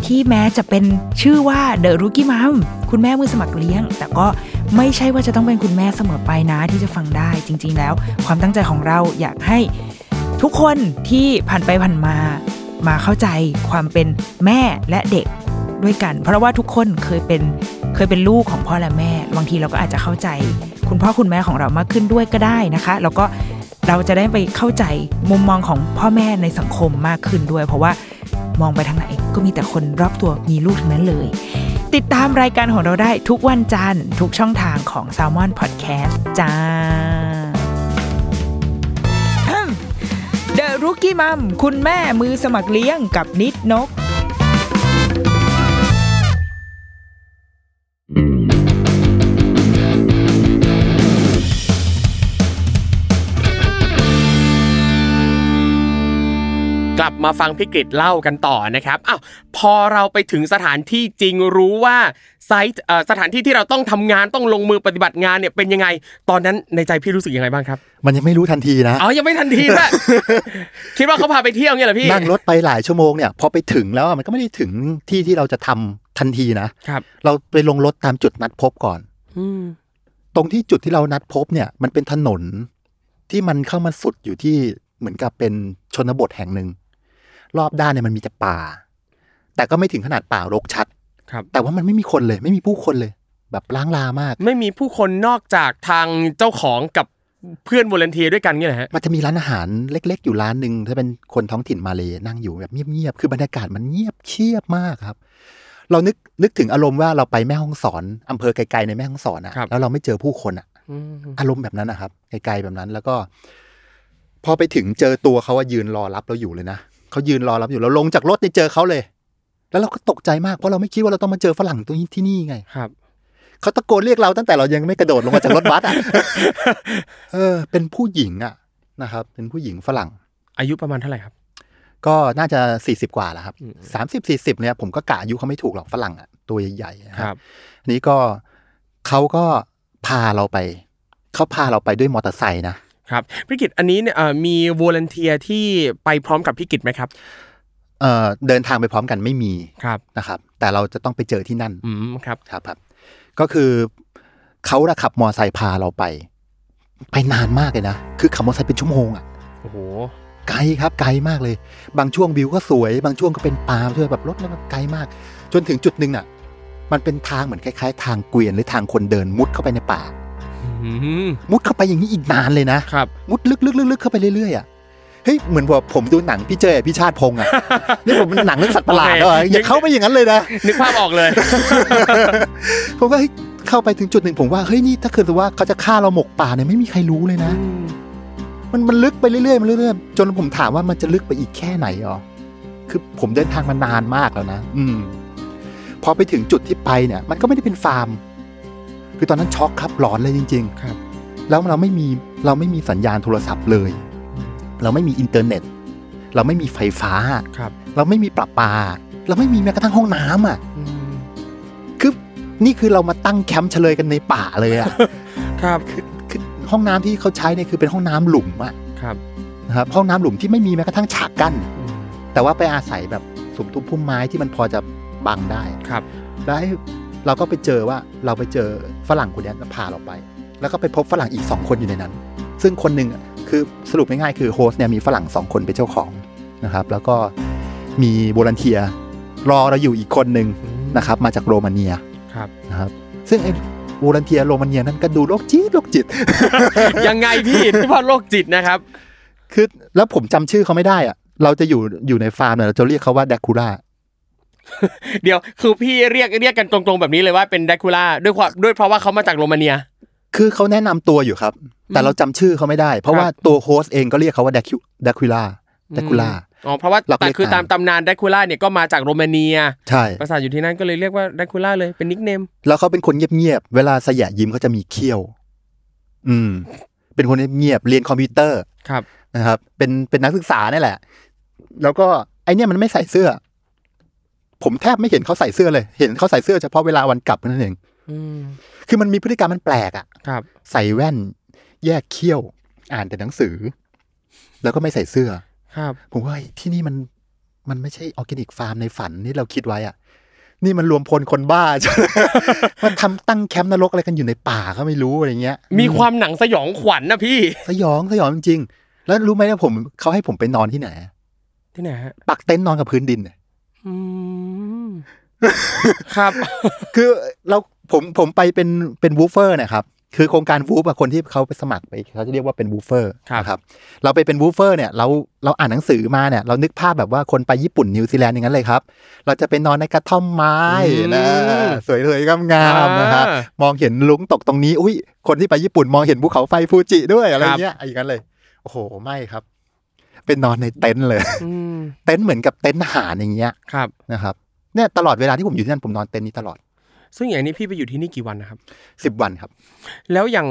Speaker 4: ที่แม้จะเป็นชื่อว่า The Rookie Mom คุณแม่มือสมัครเลี้ยง แต่ก็ไม่ใช่ว่าจะต้องเป็นคุณแม่เสมอไปนะที่จะฟังได้จริง ๆ แล้ว ความตั้งใจของเราอยากให้ ทุกคนที่ผ่านไปผ่านมา มาเข้าใจความเป็นแม่และเด็กด้วยกัน เพราะว่าทุกคนเคยเป็นเคยเป็นลูกของพ่อและแม่ บางทีเราก็อาจจะเข้าใจ คุณพ่อคุณแม่ของเรามากขึ้นด้วยก็ได้นะคะ แล้วก็เราจะได้ไปเข้าใจมุมมองของพ่อแม่ในสังคมมากขึ้นด้วย เพราะว่ามองไปทางไหนก็มีแต่คนรอบตัวมีลูกทั้งนั้นเลย ติดตามรายการของเราได้ทุกวันจันทร์ทุกช่องทางของ s a l m o n Podcast จ้า The Rookie Mom คุณแม่มือสมัครเลี้ยงกับนิดนก
Speaker 2: กลับมาฟังพิกฤตเล่ากันต่อนะครับ อ้าว พอเราไปถึงสถานที่จริงรู้ว่าไซต์เอ่อสถานที่ที่เราต้องทำงานต้องลงมือปฏิบัติงานเนี่ยเป็นยังไง ตอนนั้นในใจพี่รู้สึกยังไงบ้างครับ
Speaker 3: มันยังไม่รู้ทันทีนะ
Speaker 2: อ๋อ ยังไม่ทันทีด้วย <laughs> คิดว่าเขาพาไปเที่ยวเนี่ยเหรอพี่
Speaker 3: นั่งรถไปหลายชั่วโมงเนี่ยพอไปถึงแล้วอะมันก็ไม่ได้ถึงที่ที่เราจะทำทันทีนะ
Speaker 2: ครับ
Speaker 3: เราไปลงรถตามจุดนัดพบก่อน
Speaker 2: อืม
Speaker 3: ตรงที่จุดที่เรานัดพบเนี่ย มันเป็นถนนที่มันเข้ามาสุดอยู่ที่เหมือนกับเป็นชนบทแห่งหนึ่ง รอบด้านเนี่ยมันมีแต่ป่า แต่ก็ไม่ถึงขนาดป่ารกชัด
Speaker 2: ครับ
Speaker 3: แต่ว่ามันไม่มีคนเลย ไม่มีผู้คนเลย แบบล้างลามาก
Speaker 2: ไม่มีผู้คนนอกจากทางเจ้าของกับเพื่อนวอลเนเทียด้วยกันเนี่ยแหละฮะ
Speaker 3: มันจะมีร้านอาหารเล็ก ๆ อยู่ร้านหนึ่งถ้าเป็นคนท้องถิ่นมาเลยนั่งอยู่แบบเงียบๆ คือบรรยากาศมันเงียบเชียบมากครับ เรานึกนึกถึงอารมณ์ว่าเราไปแม่ฮ่องสอนอำเภอไกลๆในแม่ฮ่องสอนอะ
Speaker 2: ครับ
Speaker 3: แล้วเราไม่เจอผู้คนอะ
Speaker 2: อืม
Speaker 3: อารมณ์แบบนั้นนะครับไกลๆแบบนั้นแล้วก็ พอไปถึงเจอตัวเขาว่ายืนรอรับเราอยู่เลยนะเขายืนรอรับอยู่เราลงจากรถเนี่ยเจอเขาเลย แล้วเราก็ตกใจมากเพราะเราไม่คิดว่าเราต้องมาเจอฝรั่งตัวนี้ที่นี่ไง
Speaker 2: ครับ
Speaker 3: เขาตะโกนเรียกเราตั้งแต่เรายังไม่กระโดดลงมาจากรถบั
Speaker 2: <laughs>
Speaker 3: สอ่ะ เออ เป็นผู้หญิงอ่ะนะครับ เป็นผู้หญิงฝรั่ง
Speaker 2: อายุประมาณเท่าไหร่ครับ
Speaker 3: ก็น่าจะ 40 กว่าแล้วครับ
Speaker 2: อืม
Speaker 3: สามสิบสี่สิบเนี่ยผมก็กะอายุเขาไม่ถูกหรอกฝรั่งอ่ะตัวใหญ่ๆนะอันนี้ก็เขาก็พาเราไป เขาพาเราไปด้วยมอเตอร์ไซค์นะครับ
Speaker 2: พี่กิตอันนี้เนี่ยเอ่อมีวอลเนเทียที่ไปพร้อมกับพี่กิตไหมครับ
Speaker 3: เออเดินทางไปพร้อมกันไม่มี
Speaker 2: ครับ
Speaker 3: นะครับ แต่เราจะต้องไปเจอที่นั่น
Speaker 2: อืมครับ
Speaker 3: ครับครับก็คือเขาระขับมอไซค์พาเราไป ไปนานมากเลยนะ คือขับมอไซค์เป็นชั่วโมงอ่ะ
Speaker 2: โอ้โห
Speaker 3: ไกลครับไกลมากเลย บางช่วงวิวก็สวย บางช่วงก็เป็นป่าด้วยแบบรถแล้วมันไกลมาก จนถึงจุดหนึ่งน่ะ มันเป็นทางเหมือนคล้ายๆ ทางเกวียนหรือทางคนเดินมุดเข้าไปในป่า
Speaker 2: อืม
Speaker 3: มุดเข้าไปอย่างนี้อีกนานเลยนะ
Speaker 2: ครับ
Speaker 3: มุดลึกๆๆๆเข้าไปเรื่อยๆอ่ะเฮ้ยเหมือนว่าผมดูหนังพี่เจอพี่ชาติพงษ์อ่ะ นี่ผมเป็นหนังเรื่องสัตว์ประหลาดเหรออย่าเข้าไปอย่างนั้นเลยนะ
Speaker 2: นึกภาพออกเลย
Speaker 3: <laughs> ผมก็เฮ้ยเข้าไปถึงจุดหนึ่งผมว่าเฮ้ยนี่ถ้าเกิดว่าเขาจะฆ่าเราหมกป่าเนี่ยไม่มีใครรู้เลยนะ มันมันลึกไปเรื่อยๆมันเรื่อยๆจนผมถามว่ามันจะลึกไปอีกแค่ไหนอ๋อคือผมเดินทางมานานมากแล้วนะ อืม พอไปถึงจุดที่ไปเนี่ย มันก็ไม่ได้เป็นฟาร์ม คือตอนนั้นช็อกครับหลอนเลยจริงๆ
Speaker 2: ครับ
Speaker 3: แล้วเราไม่มีเราไม่มีสัญญาณโทรศัพท์เลย เราไม่มีอินเทอร์เน็ต เราไม่มีไฟฟ้า
Speaker 2: ครับ
Speaker 3: เราไม่มีประปา เราไม่มีแม้กระทั่งห้องน้ำอ่ะ
Speaker 2: อืม
Speaker 3: คือนี่คือเรามาตั้งแคมป์เฉลยกันในป่าเลยอะ <laughs>
Speaker 2: ครับ
Speaker 3: คือห้องน้ำที่เขาใช้เนี่ยคือเป็นห้องน้ำหลุมอะ
Speaker 2: ครับ
Speaker 3: นะครับห้องน้ำหลุมที่ไม่มีแม้กระทั่งฉากกั้นแต่ว่าไปอาศัยแบบสมทุมพุ่มไม้ที่มันพอจะบังได้
Speaker 2: ครับ
Speaker 3: แล้วไอ้ เราก็ไปเจอว่าเราไปเจอฝรั่งคนเนี้ยพาเราไป แล้วก็ไปพบฝรั่งอีก 2 คนอยู่ในนั้น ซึ่งคนหนึ่งอะคือสรุปง่ายๆคือโฮสต์เนี่ยมีฝรั่ง 2 คนเป็นเจ้าของนะครับ แล้วก็มีบรันเทียรอเราอยู่อีกคนหนึ่งนะครับ มาจากโรมาเนีย
Speaker 2: ครับ
Speaker 3: นะครับ ซึ่งไอ้บรันเทียโรมาเนียนั้นก็ดูโรคจิตโรคจิต
Speaker 2: <laughs> ยังไงพี่ ที่พ่อโรคจิตนะครับ
Speaker 3: คือแล้วผมจำชื่อเขาไม่ได้อะเราจะอยู่อยู่ในฟาร์มเนี่ยเราจะเรียกเขาว่าแดกคูล่า
Speaker 2: เดี๋ยวคือพี่เรียกเรียกกันตรงๆแบบนี้เลยว่าเป็นแดคูล่าด้วยความด้วยเพราะว่าเขามาจากโรมาเนีย
Speaker 3: คือเขาแนะนำตัวอยู่ครับ แต่เราจำชื่อเขาไม่ได้ เพราะว่าตัวโฮสต์เองก็เรียกเขาว่าแดคิวแดคิล่าแดคิล่า
Speaker 2: อ๋อเพราะว่า
Speaker 3: หลักเลข
Speaker 2: แต่คือตาม
Speaker 3: ตาม
Speaker 2: ตำนานแดคูล่าเนี่ยก็มาจากโรมาเนีย
Speaker 3: ใช่
Speaker 2: ภาษาอยู่ที่นั่นก็เลยเรียกว่าแดคูล่าเลยเป็นนิกเนม
Speaker 3: แล้วเขาเป็นคนเงียบๆ เวลาสยะยิ้มเขาจะมีเขี้ยว อืม เป็นคนเงียบๆ เรียนคอมพิวเตอร์
Speaker 2: ครับ
Speaker 3: นะครับ เป็นเป็นนักศึกษานี่แหละ แล้วก็ไอเนี่ยมันไม่ใส่เสื้อ ผมแทบไม่เห็นเขาใส่เสื้อเลย เห็นเขาใส่เสื้อเฉพาะเวลาวันกลับนั่นเอง
Speaker 2: อืม
Speaker 3: คือมันมีพฤติกรรมมันแปลกอะ
Speaker 2: ครับ
Speaker 3: ใส่แว่น แยกเขี้ยว อ่านแต่หนังสือ แล้วก็ไม่ใส่เสื้อ
Speaker 2: ครับ
Speaker 3: ผมว่าเฮ้ยที่นี่มันมันไม่ใช่ออร์แกนิกฟาร์มในฝันนี่เราคิดไว้อะนี่มันรวมพลคนบ้า <laughs> มาทำตั้งแคมป์นรกอะไรกันอยู่ในป่าก็ไม่รู้อะไรเงี้ย
Speaker 2: มีความหนังสยองขวัญนะพี่
Speaker 3: สยองสยองจริงๆแล้วรู้ไหมว่าผมเขาให้ผมไปนอนที่ไหน
Speaker 2: ที่ไหนฮะ
Speaker 3: ปักเต็นท์นอนกับพื้นดินเนี่ย
Speaker 2: อืมครับ
Speaker 3: คือเราผมผมไปเป็นเป็นวูฟเฟอร์นะครับ คือโครงการวูฟอะคนที่เขาไปสมัครไปเขาจะเรียกว่าเป็นวูฟเฟอร์
Speaker 2: ครับ
Speaker 3: นะครับ เราไปเป็นวูฟเฟอร์เนี่ยเราเราอ่านหนังสือมาเนี่ยเรานึกภาพแบบว่าคนไปญี่ปุ่นนิวซีแลนด์อย่างนั้นเลยครับ เราจะไปนอนในกระท่อมไม้นะ
Speaker 2: อืม
Speaker 3: สวยๆงามๆนะครับ
Speaker 2: อ่าม
Speaker 3: องเห็นลุงตกตรงนี้อุ้ยคนที่ไปญี่ปุ่นมองเห็นภูเขาไฟฟูจิด้วยอะไร
Speaker 2: ครับ
Speaker 3: เงี้ยอย่างนั้นเลย โอ้โหไม่ครับเป็นนอนในเต็นท์เลย
Speaker 2: อืม
Speaker 3: เต็นท์เหมือนกับเต็นท์อาหารอย่างเงี้ย
Speaker 2: ครับ
Speaker 3: นะครับเนี่ยตลอดเวลาที่ผมอยู่ที่นั่นผมนอนเต็นท์นี้ตลอด
Speaker 2: ซึ่งอย่างนี้พี่ไปอยู่ที่นี่กี่วันนะครับ
Speaker 3: สิบวันครับ
Speaker 2: แล้วอย่าง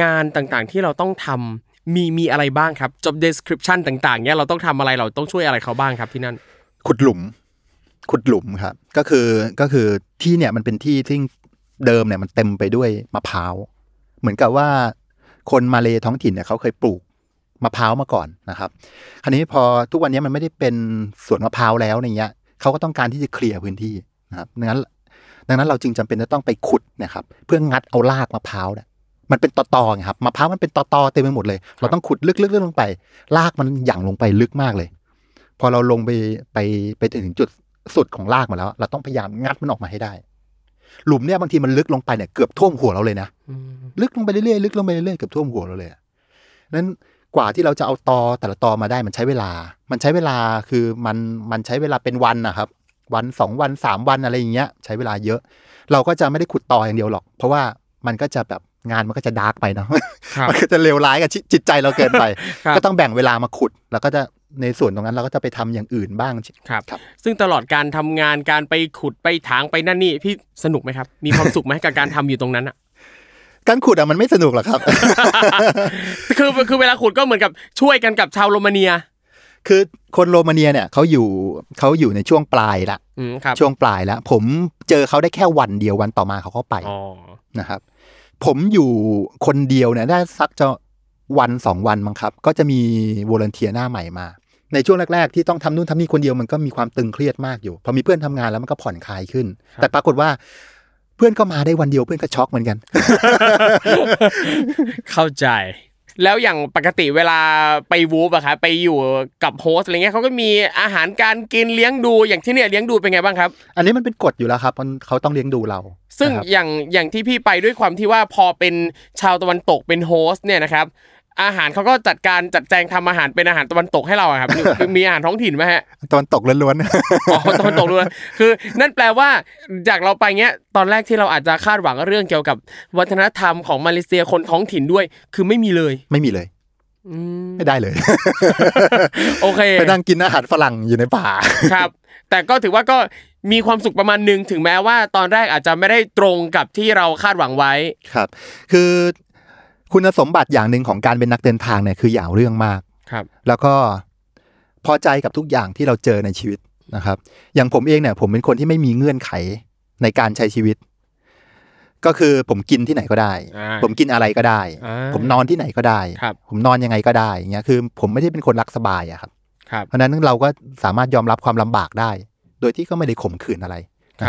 Speaker 2: งานต่างๆที่เราต้องทำมีมีอะไรบ้างครับ job description ต่างๆเนี่ยเราต้องทำอะไรเราต้องช่วยอะไรเขาบ้างครับที่นั่น
Speaker 3: ขุดหลุม ขุดหลุมครับ ก็คือก็คือที่เนี่ยมันเป็นที่ที่เดิมเนี่ยมันเต็มไปด้วยมะพร้าวเหมือนกับว่าคนมาเลท้องถิ่นเนี่ยเขาเคยปลูกมะพร้าวมาก่อนนะครับ คราวนี้พอทุกวันนี้มันไม่ได้เป็นสวนมะพร้าวแล้วในเงี้ยเขาก็ต้องการที่จะเคลียร์พื้นที่นะครับดังนั้น ดังนั้นเราจึงจำเป็นจะต้องไปขุดเนะครับ เพื่องัดเอารากมะพร้าวเนี่ยมันเป็นตอๆไงครับมะพร้าวมันเป็นตอๆเต็มไปหมดเลย เราต้องขุดลึกๆๆลงไปรากมันหยั่งลงไปลึกมากเลย พอเราลงไปไปไปถึงจุดสุดของรากมาแล้ว เราต้องพยายามงัดมันออกมาให้ได้ หลุมเนี่ยบางทีมันลึกลงไปเนี่ยเกือบท่วมหัวเราเลยนะ ลึกลงไปเรื่อยๆลึกลงไปเรื่อยๆเกือบท่วมหัวเราเลยอะนั้นกว่าที่เราจะเอาตอแต่ละตอมาได้มันใช้เวลา มันใช้เวลาคือมันมันใช้เวลาเป็นวันนะครับ วันสองวันสามวันอะไรอย่างเงี้ย ใช้เวลาเยอะ เราก็จะไม่ได้ขุดตออย่างเดียวหรอก เพราะว่ามันก็จะแบบงานมันก็จะดาร์กไปเนาะ
Speaker 2: ครับ
Speaker 3: มันก็จะเลวร้ายกับจิจิตใจเราเกินไป
Speaker 2: ครับ
Speaker 3: ก็ต้องแบ่งเวลามาขุด แล้วก็จะในส่วนตรงนั้นเราก็จะไปทำอย่างอื่นบ้าง
Speaker 2: ครับ
Speaker 3: ครับ
Speaker 2: ซึ่งตลอดการทำงานการไปขุดไปถางไปนั่นนี่พี่สนุกไหมครับ มีความสุขไหมกับการทำอยู่ตรงนั้น <laughs> อ่ะ
Speaker 3: การขุดอะมันไม่สนุกหรอกครับ <laughs>
Speaker 2: คือคือเวลาขุดก็เหมือนกับช่วยกันกับชาวโรมาเนีย
Speaker 3: คือคนโรมาเนียเนี่ยเขาอยู่เขาอยู่ในช่วงปลายละ
Speaker 2: อืมครับ
Speaker 3: ช่วงปลายละผมเจอเขาได้แค่วันเดียววันต่อมาเขาก็ไป
Speaker 2: อ๋อ
Speaker 3: นะครับ ผมอยู่คนเดียวเนี่ยได้สักจะวันสองวันมั้งครับ ก็จะมีวอลเนเทียหน้าใหม่มา ในช่วงแรก ๆ ที่ต้องทำนู่นทำนี่คนเดียวมันก็มีความตึงเครียดมากอยู่พอมีเพื่อนทำงานแล้วมันก็ผ่อนคลายขึ้น แต่ปรากฏว่าเพื่อนก็มาได้วันเดียวเพื่อนก็ช็อกเหมือนกัน
Speaker 2: เข้าใจ แล้วอย่างปกติเวลาไปวูฟอะครับไปอยู่กับโฮสต์อะไรเงี้ยเขาก็มีอาหารการกินเลี้ยงดูอย่างที่เนี่ยเลี้ยงดูเป็นไงบ้างครับ
Speaker 3: อันนี้มันเป็นกฎอยู่แล้วครับมันเขาต้องเลี้ยงดูเรา
Speaker 2: ซึ่ง
Speaker 3: นะครับ
Speaker 2: อย่างอย่างที่พี่ไปด้วยความที่ว่าพอเป็นชาวตะวันตกเป็นโฮสต์เนี่ยนะครับ อาหารเขาก็จัดการจัดแจงทำอาหารเป็นอาหารตะวันตกให้เราอะครับ <laughs> มีมีอาหารท้องถิ่นไหมฮะ
Speaker 3: ตอนตกล้วนๆ <laughs>
Speaker 2: อ๋อตอนตกด้วยคือ นั่นแปลว่าจากเราไปเงี้ย ตอนแรกที่เราอาจจะคาดหวังเรื่องเกี่ยวกับวัฒนธรรมของมาเลเซียคนท้องถิ่นด้วย คือไม่มีเลย
Speaker 3: ไม่มีเลย
Speaker 2: อืม
Speaker 3: ไม่ได้เลย
Speaker 2: <laughs> โอเค
Speaker 3: ไปนั่งกินอาหารฝรั่งอยู่ในป่า
Speaker 2: ครับ แต่ก็ถือว่าก็มีความสุขประมาณหนึ่งถึงแม้ว่า ตอนแรกอาจจะไม่ได้ตรงกับที่เราคาดหวังไว้
Speaker 3: ครับ คือคุณสมบัติอย่างหนึ่งของการเป็นนักเดินทางเนี่ยคืออย่าเอาเรื่องมาก
Speaker 2: ครับ
Speaker 3: แล้วก็พอใจกับทุกอย่างที่เราเจอในชีวิตนะครับ อย่างผมเองเนี่ย ผมเป็นคนที่ไม่มีเงื่อนไขในการใช้ชีวิต ก็คือผมกินที่ไหนก็ได้
Speaker 2: อ่า
Speaker 3: ผมกินอะไรก็ได้
Speaker 2: อ่า
Speaker 3: ผมนอนที่ไหนก็ได้
Speaker 2: ครับ
Speaker 3: ผมนอนยังไงก็ได้อย่างเงี้ยคือ ผมไม่ได้เป็นคนรักสบายอะครับ
Speaker 2: ครับ
Speaker 3: เพราะฉะนั้นเราก็สามารถยอมรับความลำบากได้ โดยที่ก็ไม่ได้ข่มขืนอะไร นะ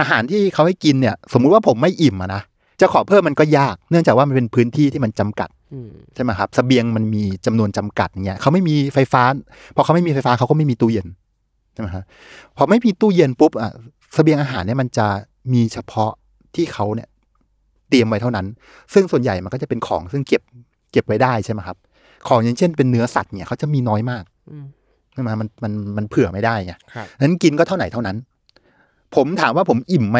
Speaker 3: อาหารที่เขาให้กินเนี่ย สมมุติว่าผมไม่อิ่มอะนะจะขอเพิ่มมันก็ยาก เนื่องจากว่ามันเป็นพื้นที่ที่มันจำกัด
Speaker 2: อืม
Speaker 3: ใช่ไหมครับเสบียงมันมีจำนวนจำกัดเนี่ยเขาไม่มีไฟฟ้าพอเขาไม่มีไฟฟ้าเขาก็ไม่มีตู้เย็นใช่ไหมครับพอไม่มีตู้เย็นปุ๊บอ่ะเสบียงอาหารเนี่ยมันจะมีเฉพาะที่เขาเนี่ยเตรียมไว้เท่านั้น ซึ่งส่วนใหญ่มันก็จะเป็นของซึ่งเก็บเก็บไว้ได้ใช่ไหมครับ ของอย่างเช่นเป็นเนื้อสัตว์เนี่ยเขาจะมีน้อยมาก
Speaker 2: อืม
Speaker 3: ใช่ไหมมันมันมันเผื่อไม่ได้ไง
Speaker 2: ครับ
Speaker 3: นั้นกินก็เท่าไหร่เท่านั้น ผมถามว่าผมอิ่มไหม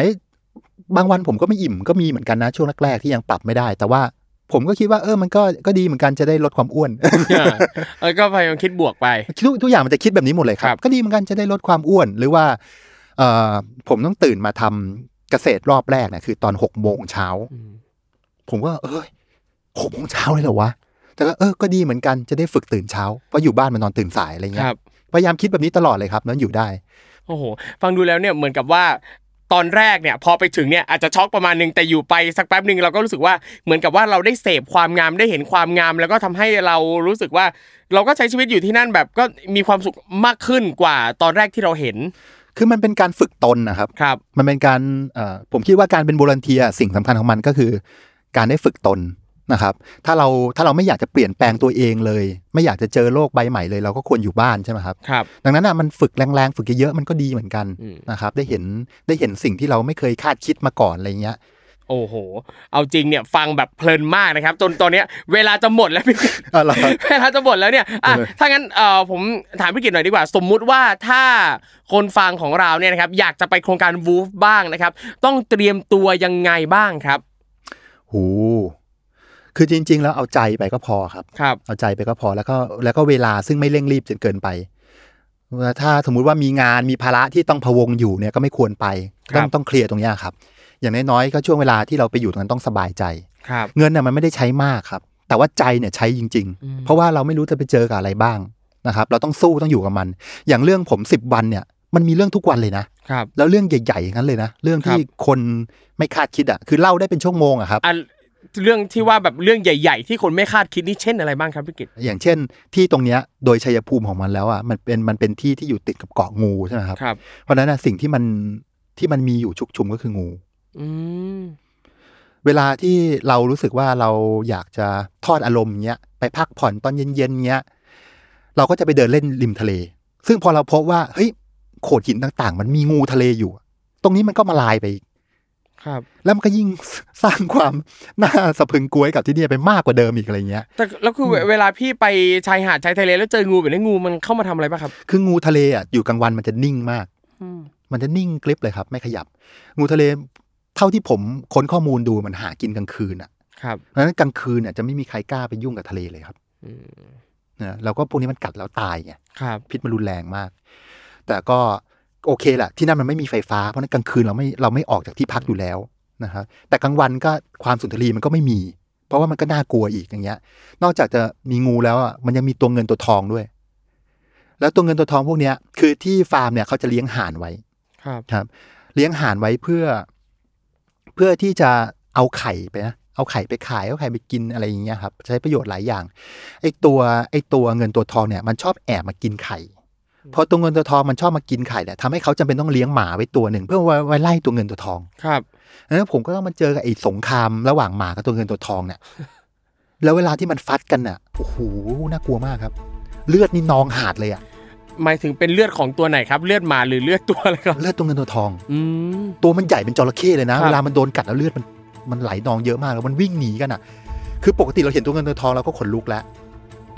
Speaker 3: บางวันผมก็ไม่อิ่มก็มีเหมือนกันนะช่วงแรกๆที่ยังปรับไม่ได้ แต่ว่าผมก็คิดว่าเออมันก็ก็ดีเหมือนกันจะได้ลดความอ้วน <laughs>
Speaker 2: เออก็พยายามคิดบวกไป
Speaker 3: ทุกทุกอย่างมันจะคิดแบบนี้หมดเลยค
Speaker 2: ครั
Speaker 3: รับ
Speaker 2: บ
Speaker 3: ก็ดีเหมือนกันจะได้ลดความอ้วน หรือว่าเออผมต้องตื่นมาทำเกษตรรอบแรกเนี่ยคือตอนหกโมงเช้า
Speaker 2: อืม
Speaker 3: ผมก็เอ้ยหกโมงเช้าเลยเหรอวะแต่ก็เออก็ดีเหมือนกันจะได้ฝึกตื่นเช้าเพราะอยู่บ้านมันนอนตื่นสายอะไร
Speaker 2: ค
Speaker 3: เงี้
Speaker 2: รั
Speaker 3: ย
Speaker 2: บ
Speaker 3: พยายามคิดแบบนี้ตลอดเลยครับนั้นอยู่ได้
Speaker 2: โอ้โห ฟังดูแล้วเนี่ยเหมือนกับว่า ตอนแรกเนี่ย พอไปถึงเนี่ยอาจจะช็อกประมาณหนึงแต่อยู่ไปสักแป๊บหนึ่งเราก็รู้สึกว่าเหมือนกับว่าเราได้เสพความงามได้เห็นความงาม แล้วก็ทำให้เรารู้สึกว่า เราก็ใช้ชีวิตอยู่ที่นั่นแบบก็มีความสุขมากขึ้นกว่าตอนแรกที่เราเห็น
Speaker 3: คือมันเป็นการฝึกตนนะครับ
Speaker 2: ครับ
Speaker 3: มันเป็นการเอ่อผมคิดว่าการเป็นบรันเทียสิ่งสำคัญของมันก็คือ การได้ฝึกตนนะครับ ถ้าเราถ้าเราไม่อยากจะเปลี่ยนแปลงตัวเองเลย ไม่อยากจะเจอโลกใบใหม่เลย เราก็ควรอยู่บ้านใช่ไหมครับ
Speaker 2: ครับ
Speaker 3: ดังนั้นอ่ะมันฝึกแรงๆ ฝึกเยอะๆมันก็ดีเหมือนกัน
Speaker 2: อืม
Speaker 3: นะครับ ได้เห็นได้เห็นสิ่งที่เราไม่เคยคาดคิดมาก่อนอะไรเงี้ย
Speaker 2: โอ้โห เอาจริงเนี่ยฟังแบบเพลินมากนะครับ จนตอนเนี้ยเวลาจะหมดแล้วพี่
Speaker 3: อ๋อเหรอ
Speaker 2: เวลาจะหมดแล้วเนี่ยอ่ะถ้างั้นเอ่อผมถามพี่กิตหน่อยดีกว่า สมมุติว่าถ้าคนฟังของเราเนี่ยนะครับอยากจะไปโครงการวูฟบ้างนะครับ ต้องเตรียมตัวยังไงบ้างครับ
Speaker 3: หูคือจริง ๆ แล้วเอาใจไปก็พอครับ
Speaker 2: ครับ
Speaker 3: เอาใจไปก็พอแล้วก็แล้วก็เวลาซึ่งไม่เร่งรีบจนเกินไปว่าถ้าสมมุติว่ามีงานมีภาระที่ต้องพะวงอยู่เนี่ยก็ไม่ควรไป
Speaker 2: ครั
Speaker 3: ต้อบ งต้องเคลียร์ตรงเนี้ยครับ อย่างน้อยๆก็ช่วงเวลาที่เราไปอยู่ตรงนั้นต้องสบายใจ
Speaker 2: ครับ
Speaker 3: เงินน่ะมันไม่ได้ใช้มากครับ แต่ว่าใจเนี่ยใช้จริง
Speaker 2: อืม
Speaker 3: ๆ เพราะว่าเราไม่รู้จะไปเจอกับอะไรบ้างนะครับ เราต้องสู้ต้องอยู่กับมัน อย่างเรื่องผม 10 วันเนี่ย มันมีเรื่องทุกวันเลยนะ
Speaker 2: ครับ
Speaker 3: แล้วเรื่องใหญ่ๆอย่างนั้นเลยนะเรื่องที่
Speaker 2: ครับ
Speaker 3: คนไม่คาดคิดอ่ะคือเล่าได้เป็นชั่วโมงอะครับ
Speaker 2: อ่ะเรื่องที่ว่าแบบเรื่องใหญ่ ๆ ที่คนไม่คาดคิดนี่เช่นอะไรบ้างครับพี่กิต
Speaker 3: อย่างเช่น ที่ตรงเนี้ยโดยชัยภูมิของมันแล้วอ่ะมันเป็นมันเป็นที่ที่อยู่ติดกับเกาะงูใช่ไหมครับ
Speaker 2: ครับ
Speaker 3: เพราะฉะนั้นนะสิ่งที่มันที่มันมีอยู่ชุกชุมก็คืองู
Speaker 2: อืม
Speaker 3: เวลาที่เรารู้สึกว่าเราอยากจะทอดอารมณ์เงี้ยไปพักผ่อนตอนเย็นๆเงี้ยเราก็จะไปเดินเล่นริมทะเล ซึ่งพอเราพบว่าเฮ้ยโขดหินต่างๆ มันมีงูทะเลอยู่ ตรงนี้มันก็มาลายไปอีก
Speaker 2: ครับ
Speaker 3: แล้วมันก็ยิ่ง สร้างความน่าสะพรึงกลัวให้กับที่เนี่ยไปมากกว่าเดิมอีกอะไรเงี้ย
Speaker 2: แต่แล้วคือเวลาพี่ไปชายหาดชายทะเลแล้วเจองูแบบนี้งูมันเข้ามาทำอะไรป่ะครับ
Speaker 3: คืองูทะเลอ่ะอยู่กลางวันมันจะนิ่งมาก
Speaker 2: อืม
Speaker 3: มันจะนิ่งกริบเลยครับ ไม่ขยับ งูทะเลเท่าที่ผมค้นข้อมูลดูมันหากินกลางคืนอ่ะ
Speaker 2: ครับ
Speaker 3: เพราะฉะนั้นกลางคืนเนี่ยจะไม่มีใครกล้าไปยุ่งกับทะเลเลยครับ
Speaker 2: อืม
Speaker 3: นะแล้วก็พวกนี้มันกัดแล้วตายไง
Speaker 2: ครับ
Speaker 3: พิษมันรุนแรงมาก แต่ก็โอเคแหละที่นั่นมันไม่มีไฟฟ้าเพราะฉะนั้นกลางคืนเราไม่เราไม่ออกจากที่พักอยู่แล้วนะครับแต่กลางวันก็ความสุนทรีย์มันก็ไม่มี เพราะว่ามันก็น่ากลัวอีกอย่างเงี้ย นอกจากจะมีงูแล้วอ่ะมันยังมีตัวเงินตัวทองด้วย แล้วตัวเงินตัวทองพวกเนี้ยคือที่ฟาร์มเนี่ยเขาจะเลี้ยงห่านไว้
Speaker 2: ครับ
Speaker 3: ครับเลี้ยงห่านไว้เพื่อ เพื่อที่จะเอาไข่ไปนะเอาไข่ไปขายเอาไข่ไปกินอะไรอย่างเงี้ยครับใช้ประโยชน์หลายอย่างไอ้ตัวไอ้ตัวเงินตัวทองเนี่ยมันชอบแอบมากินไข่พอตัวเงินตัวทองมันชอบมากินไข่เนี่ยทำให้เขาจำเป็นต้องเลี้ยงหมาไว้ตัวหนึ่งเพื่อไว้ไว้ไล่ตัวเงินตัวทอง
Speaker 2: ครับ
Speaker 3: ดังนั้นผมก็ต้องมาเจอกับไอ้สงครามระหว่างหมากับตัวเงินตัวทองเนี่ย แล้วเวลาที่มันฟัดกันน่ะโอ้โหน่ากลัวมากครับ เลือดนี่นองหาดเลยอะ
Speaker 2: หมายถึงเป็นเลือดของตัวไหนครับ เลือดหมาหรือเลือดตัวอะไรครับ
Speaker 3: เลือดตัวเงินตัวทอง
Speaker 2: อืม
Speaker 3: ตัวมันใหญ่เป็นจระเข้เลยนะ
Speaker 2: ครับ
Speaker 3: เวลามันโดนกัดแล้วเลือดมันมันไหลนองเยอะมากแล้วมันวิ่งหนีกันอ่ะ คือปกติเราเห็นตัวเงินตัวทองเราก็ขนลุกแล้ว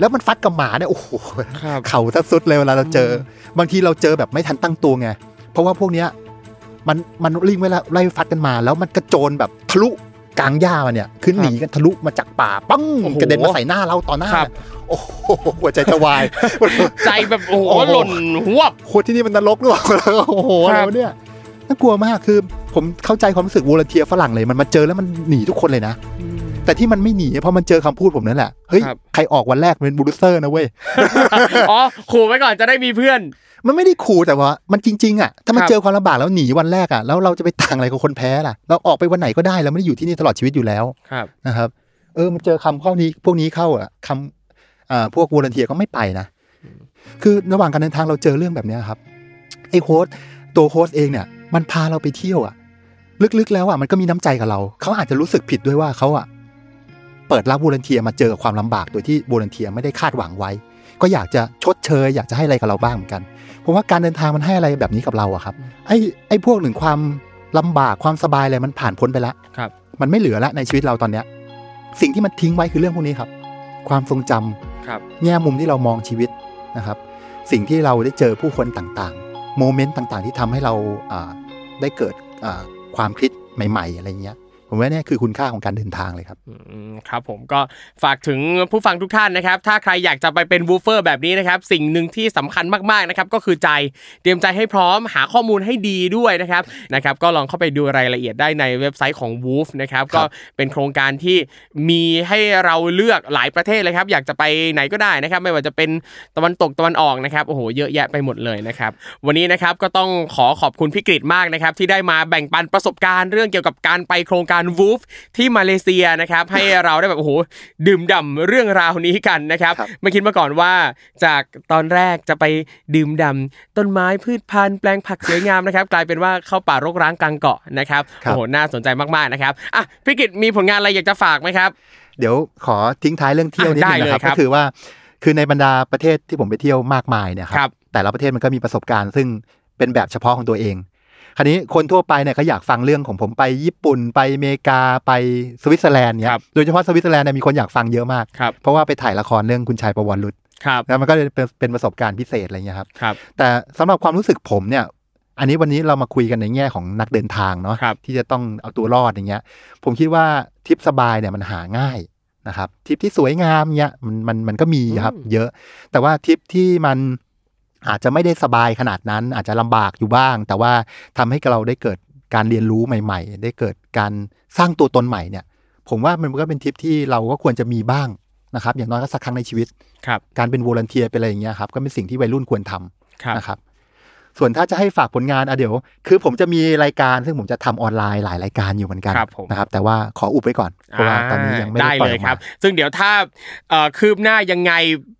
Speaker 3: แล้วมันฟัดกับหมาเนี่ยโอ้โห
Speaker 2: ครับ
Speaker 3: เข่าแทบสุดเลยเวลาเราเจออบางทีเราเจอแบบไม่ทันตั้งตัวไงเพราะว่าพวกเนี้ยมันมันลิงเวลาไล่ฟัดกันมา แล้วมันกระโจนแบบทะลุกลางหญ้ามาเนี่ยคือหนีกันทะลุมาจากป่าปัง
Speaker 2: โอ้โห
Speaker 3: กระเด็นมาใส่หน้าเราต่อหน้า
Speaker 2: ครับ
Speaker 3: โอ้โหหัวใจจะวาย
Speaker 2: ใจแบบโอ้โห
Speaker 3: โอ้โห
Speaker 2: หล่นหัวบ <laughs>
Speaker 3: โคตรที่นี่มันนรกหรือเปล่า โอ้โหอะไร
Speaker 2: ครับ
Speaker 3: วะเนี่ยน่ากลัวมากคือผมเข้าใจความรู้สึกวอลเทียฝรั่งเลยมันมาเจอแล้วมันหนีทุกคนเลยนะ แต่ที่มันไม่หนีเพราะมันเจอคำพูดผมนั่นแหละเฮ้ย
Speaker 2: ครับ
Speaker 3: ใครออกวันแรกเป็นบูลเซอร์นะเว้ย
Speaker 2: อ๋อขู่ไว้ก่อนจะได้มีเพื่อน
Speaker 3: มันไม่ได้ขู่แต่ว่ามันจริงๆอ่ะถ้ามัน
Speaker 2: ครับ
Speaker 3: เจอความลำบากแล้วหนีวันแรกอ่ะแล้วเราจะไปต่างอะไรกับคนแพ้ล่ะเราออกไปวันไหนก็ได้เราไม่ได้อยู่ที่นี่ตลอดชีวิตอยู่แล้ว
Speaker 2: ครับ
Speaker 3: นะครับเออมันเจอคำข้อนี้พวกนี้เข้าอ่ะคำอ่าพวกวอลเทียก็ไม่ไปนะ คือระหว่างการเดินทางเราเจอเรื่องแบบเนี้ยครับไอโฮสต์ตัวโฮสต์เองเนี่ย มันพาเราไปเที่ยวอะลึกๆแล้วอะมันก็มีน้ำใจกับเรา เขาอาจจะรู้สึกผิดด้วยว่าเขาอะเปิดรับบูรันเทียมาเจอความลำบากโดยที่บูรันเทียไม่ได้คาดหวังไว้ ก็อยากจะชดเชยอยากจะให้อะไรกับเราบ้างเหมือนกันผมว่าการเดินทางมันให้อะไรแบบนี้กับเราอะครับไอ้ไอ้พวกหนึ่งความลำบากความสบายอะไรมันผ่านพ้นไปแล้ว
Speaker 2: ครับ
Speaker 3: มันไม่เหลือละในชีวิตเราตอนเนี้ย สิ่งที่มันทิ้งไว้คือเรื่องพวกนี้ครับ ความทรงจำ
Speaker 2: ครับ
Speaker 3: แง่มุมที่เรามองชีวิตนะครับ สิ่งที่เราได้เจอผู้คนต่างๆ โมเมนต์ต่างๆ ที่ทำให้เราอ่าได้เกิดอ่าความคิดใหม่ ๆ อะไรเงี้ย ผมว่าเนี่ยคือคุณค่าของการเดินทางเลยครับ
Speaker 2: อืมครับผมก็ฝากถึงผู้ฟังทุกท่านนะครับ ถ้าใครอยากจะไปเป็นวูฟเฟอร์แบบนี้นะครับ สิ่งหนึ่งที่สำคัญมากๆนะครับก็คือใจเตรียมใจให้พร้อมหาข้อมูลให้ดีด้วยนะครับนะครับ ก็ลองเข้าไปดูรายละเอียดได้ในเว็บไซต์ของ Woof นะครับก็เป็นโครงการที่มีให้เราเลือกหลายประเทศเลยครับ อยากจะไปไหนก็ได้นะครับ ไม่ว่าจะเป็นตะวันตกตะวันออกนะครับโอ้โหเยอะแยะไปหมดเลยนะครับ วันนี้นะครับก็ต้องขอขอบคุณพี่กฤษมากนะครับ ที่ได้มาแบ่งปันประสบการณ์เรื่องเกี่ยวกับการไปโครงการวูฟที่มาเลเซีย
Speaker 3: <laughs>
Speaker 2: นะครับ ให้เราได้แบบโอ้โหดื่มด่ำเรื่องราวนี้กันนะครับ
Speaker 3: ครับ
Speaker 2: ไม่คิดมาก่อนว่า จากตอนแรกจะไปดื่มด่ำต้นไม้พืชพันธุ์แปลงผักสวยงาม
Speaker 3: <laughs>
Speaker 2: นะครับ กลายเป็นว่าเข้าป่ารกร้างกลางเกาะนะครับโอ้โหน่าสนใจมากๆนะครับอ่ะพี่กฤษมีผลงานอะไรอยากจะฝากไหมครับ
Speaker 3: เดี๋ยวขอทิ้งท้ายเรื่องเที่ยวนิดนึง
Speaker 2: ได้เลย
Speaker 3: นะค
Speaker 2: ค
Speaker 3: รับ
Speaker 2: รับ
Speaker 3: ก็คือว่าคือในบรรดาประเทศที่ผมไปเที่ยวมากมายเนี่ยค
Speaker 2: ครั
Speaker 3: รับ แต่ละประเทศมันก็มีประสบการณ์ซึ่งเป็นแบบเฉพาะของตัวเอง คราวนี้คนทั่วไปเนี่ยก็อยากฟังเรื่องของผมไปญี่ปุ่นไปอเมริกาไปสวิตเซอร์แลนด์เนี่ยโดยเฉพาะสวิตเซอร์แลนด์เนี่ยมีคนอยากฟังเยอะมาก
Speaker 2: ครับ
Speaker 3: เพราะว่าไปถ่ายละครเรื่องคุณชายประวัติรุต
Speaker 2: ครับ
Speaker 3: แล้วมันก็เลยเป็นเป็นประสบการณ์พิเศษอะไรเงี้ยครับ
Speaker 2: ครับ
Speaker 3: แต่สำหรับความรู้สึกผมเนี่ย อันนี้วันนี้เรามาคุยกันในแง่ของนักเดินทางเนาะ
Speaker 2: ครับ
Speaker 3: ที่จะต้องเอาตัวรอดอย่างเงี้ย ผมคิดว่าทริปสบายเนี่ยมันหาง่ายนะครับทริปที่สวยงามเนี่ยมันมันมันก็มีครับ
Speaker 2: อืม
Speaker 3: เยอะ แต่ว่าทริปที่มันอาจจะไม่ได้สบายขนาดนั้น อาจจะลำบากอยู่บ้าง แต่ว่าทำให้เราได้เกิดการเรียนรู้ใหม่ ๆ ได้เกิดการสร้างตัวตนใหม่เนี่ย ผมว่ามันก็เป็นทริปที่เราก็ควรจะมีบ้างนะครับ อย่างน้อยก็สักครั้งในชีวิต
Speaker 2: ครับ
Speaker 3: การเป็นวอลันเทียเป็นอะไรอย่างเงี้ยครับก็เป็นสิ่งที่วัยรุ่นควรทำ
Speaker 2: ครับ
Speaker 3: นะครับ ส่วนถ้าจะให้ฝากผลงานอ่ะเดี๋ยว คือผมจะมีรายการซึ่งผมจะทำออนไลน์หลายรายการอยู่เหมือนกัน
Speaker 2: ครับผม
Speaker 3: นะครับ แต่ว่าขออุบไว้ก่อนเพราะว่าตอนนี้ยังไม่ได้
Speaker 2: อ่า
Speaker 3: ปล่
Speaker 2: ได้
Speaker 3: อย
Speaker 2: เล
Speaker 3: อย อก
Speaker 2: ค
Speaker 3: มา
Speaker 2: รับ ซึ่งเดี๋ยวถ้าเอ่อคืบหน้ายังไง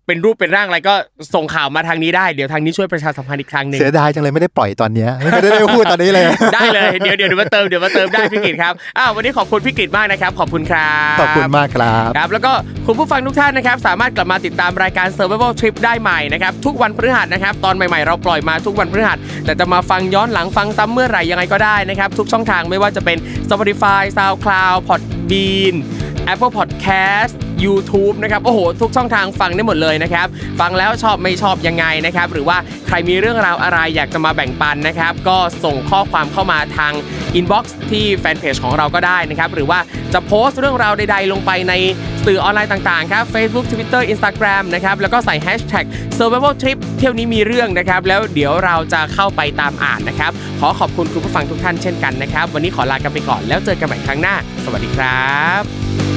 Speaker 2: เป็นรูปเป็นร่างอะไรก็ส่งข่าวมาทางนี้ได้เดี๋ยวทางนี้ช่วยประชาสัมพันธ์อีกครั้งหนึ่ง
Speaker 3: เสียดายจังเลยไม่ได้ปล่อยตอนเนี้ย <laughs> ไม่ได้พูดตอนนี้เลย <laughs>
Speaker 2: ได้เลยเดี๋ยวเดี๋ยวเดี๋ยวมาเติมเดี๋ยวมาเติมได้พี่กิตครับอ้าววันนี้ขอบคุณพี่กิตมากนะครับขอบคุณครับ
Speaker 3: ขอบคุณมากครับ
Speaker 2: ครับ แล้วก็คุณผู้ฟังทุกท่านนะครับ สามารถกลับมาติดตามรายการ Survival Trip ได้ใหม่นะครับทุกวันพฤหัสนะครับตอนใหม่ๆเราปล่อยมาทุกวันพฤหัสแต่จะมาฟังย้อนหลังฟังซ้ำเมื่อไหร่ยังไงก็ได้นะครับทุกช่องทางไม่ว่าจะเป็น Spotify SoundCloud Podbean Apple Podcast YouTube นะครับโอ้โห ทุกช่องทางฟังได้หมดเลยนะครับ ฟังแล้วชอบไม่ชอบยังไงนะครับ หรือว่าใครมีเรื่องราวอะไรอยากจะมาแบ่งปันนะครับ ก็ส่งข้อความเข้ามาทาง Inbox ที่แฟนเพจของเราก็ได้นะครับ หรือว่าจะโพสต์เรื่องราวใดๆ ลงไปในสื่อออนไลน์ต่างๆ ครับ Facebook Twitter Instagram นะครับ แล้วก็ใส่ Hashtag Survival Trip เที่ยวนี้มีเรื่องนะครับ แล้วเดี๋ยวเราจะเข้าไปตามอ่านนะครับ ขอขอบคุณคุณผู้ฟังทุกท่านเช่นกันนะครับ วันนี้ขอลากันไปก่อนแล้วเจอกันใหม่ครั้งหน้า สวัสดีครับ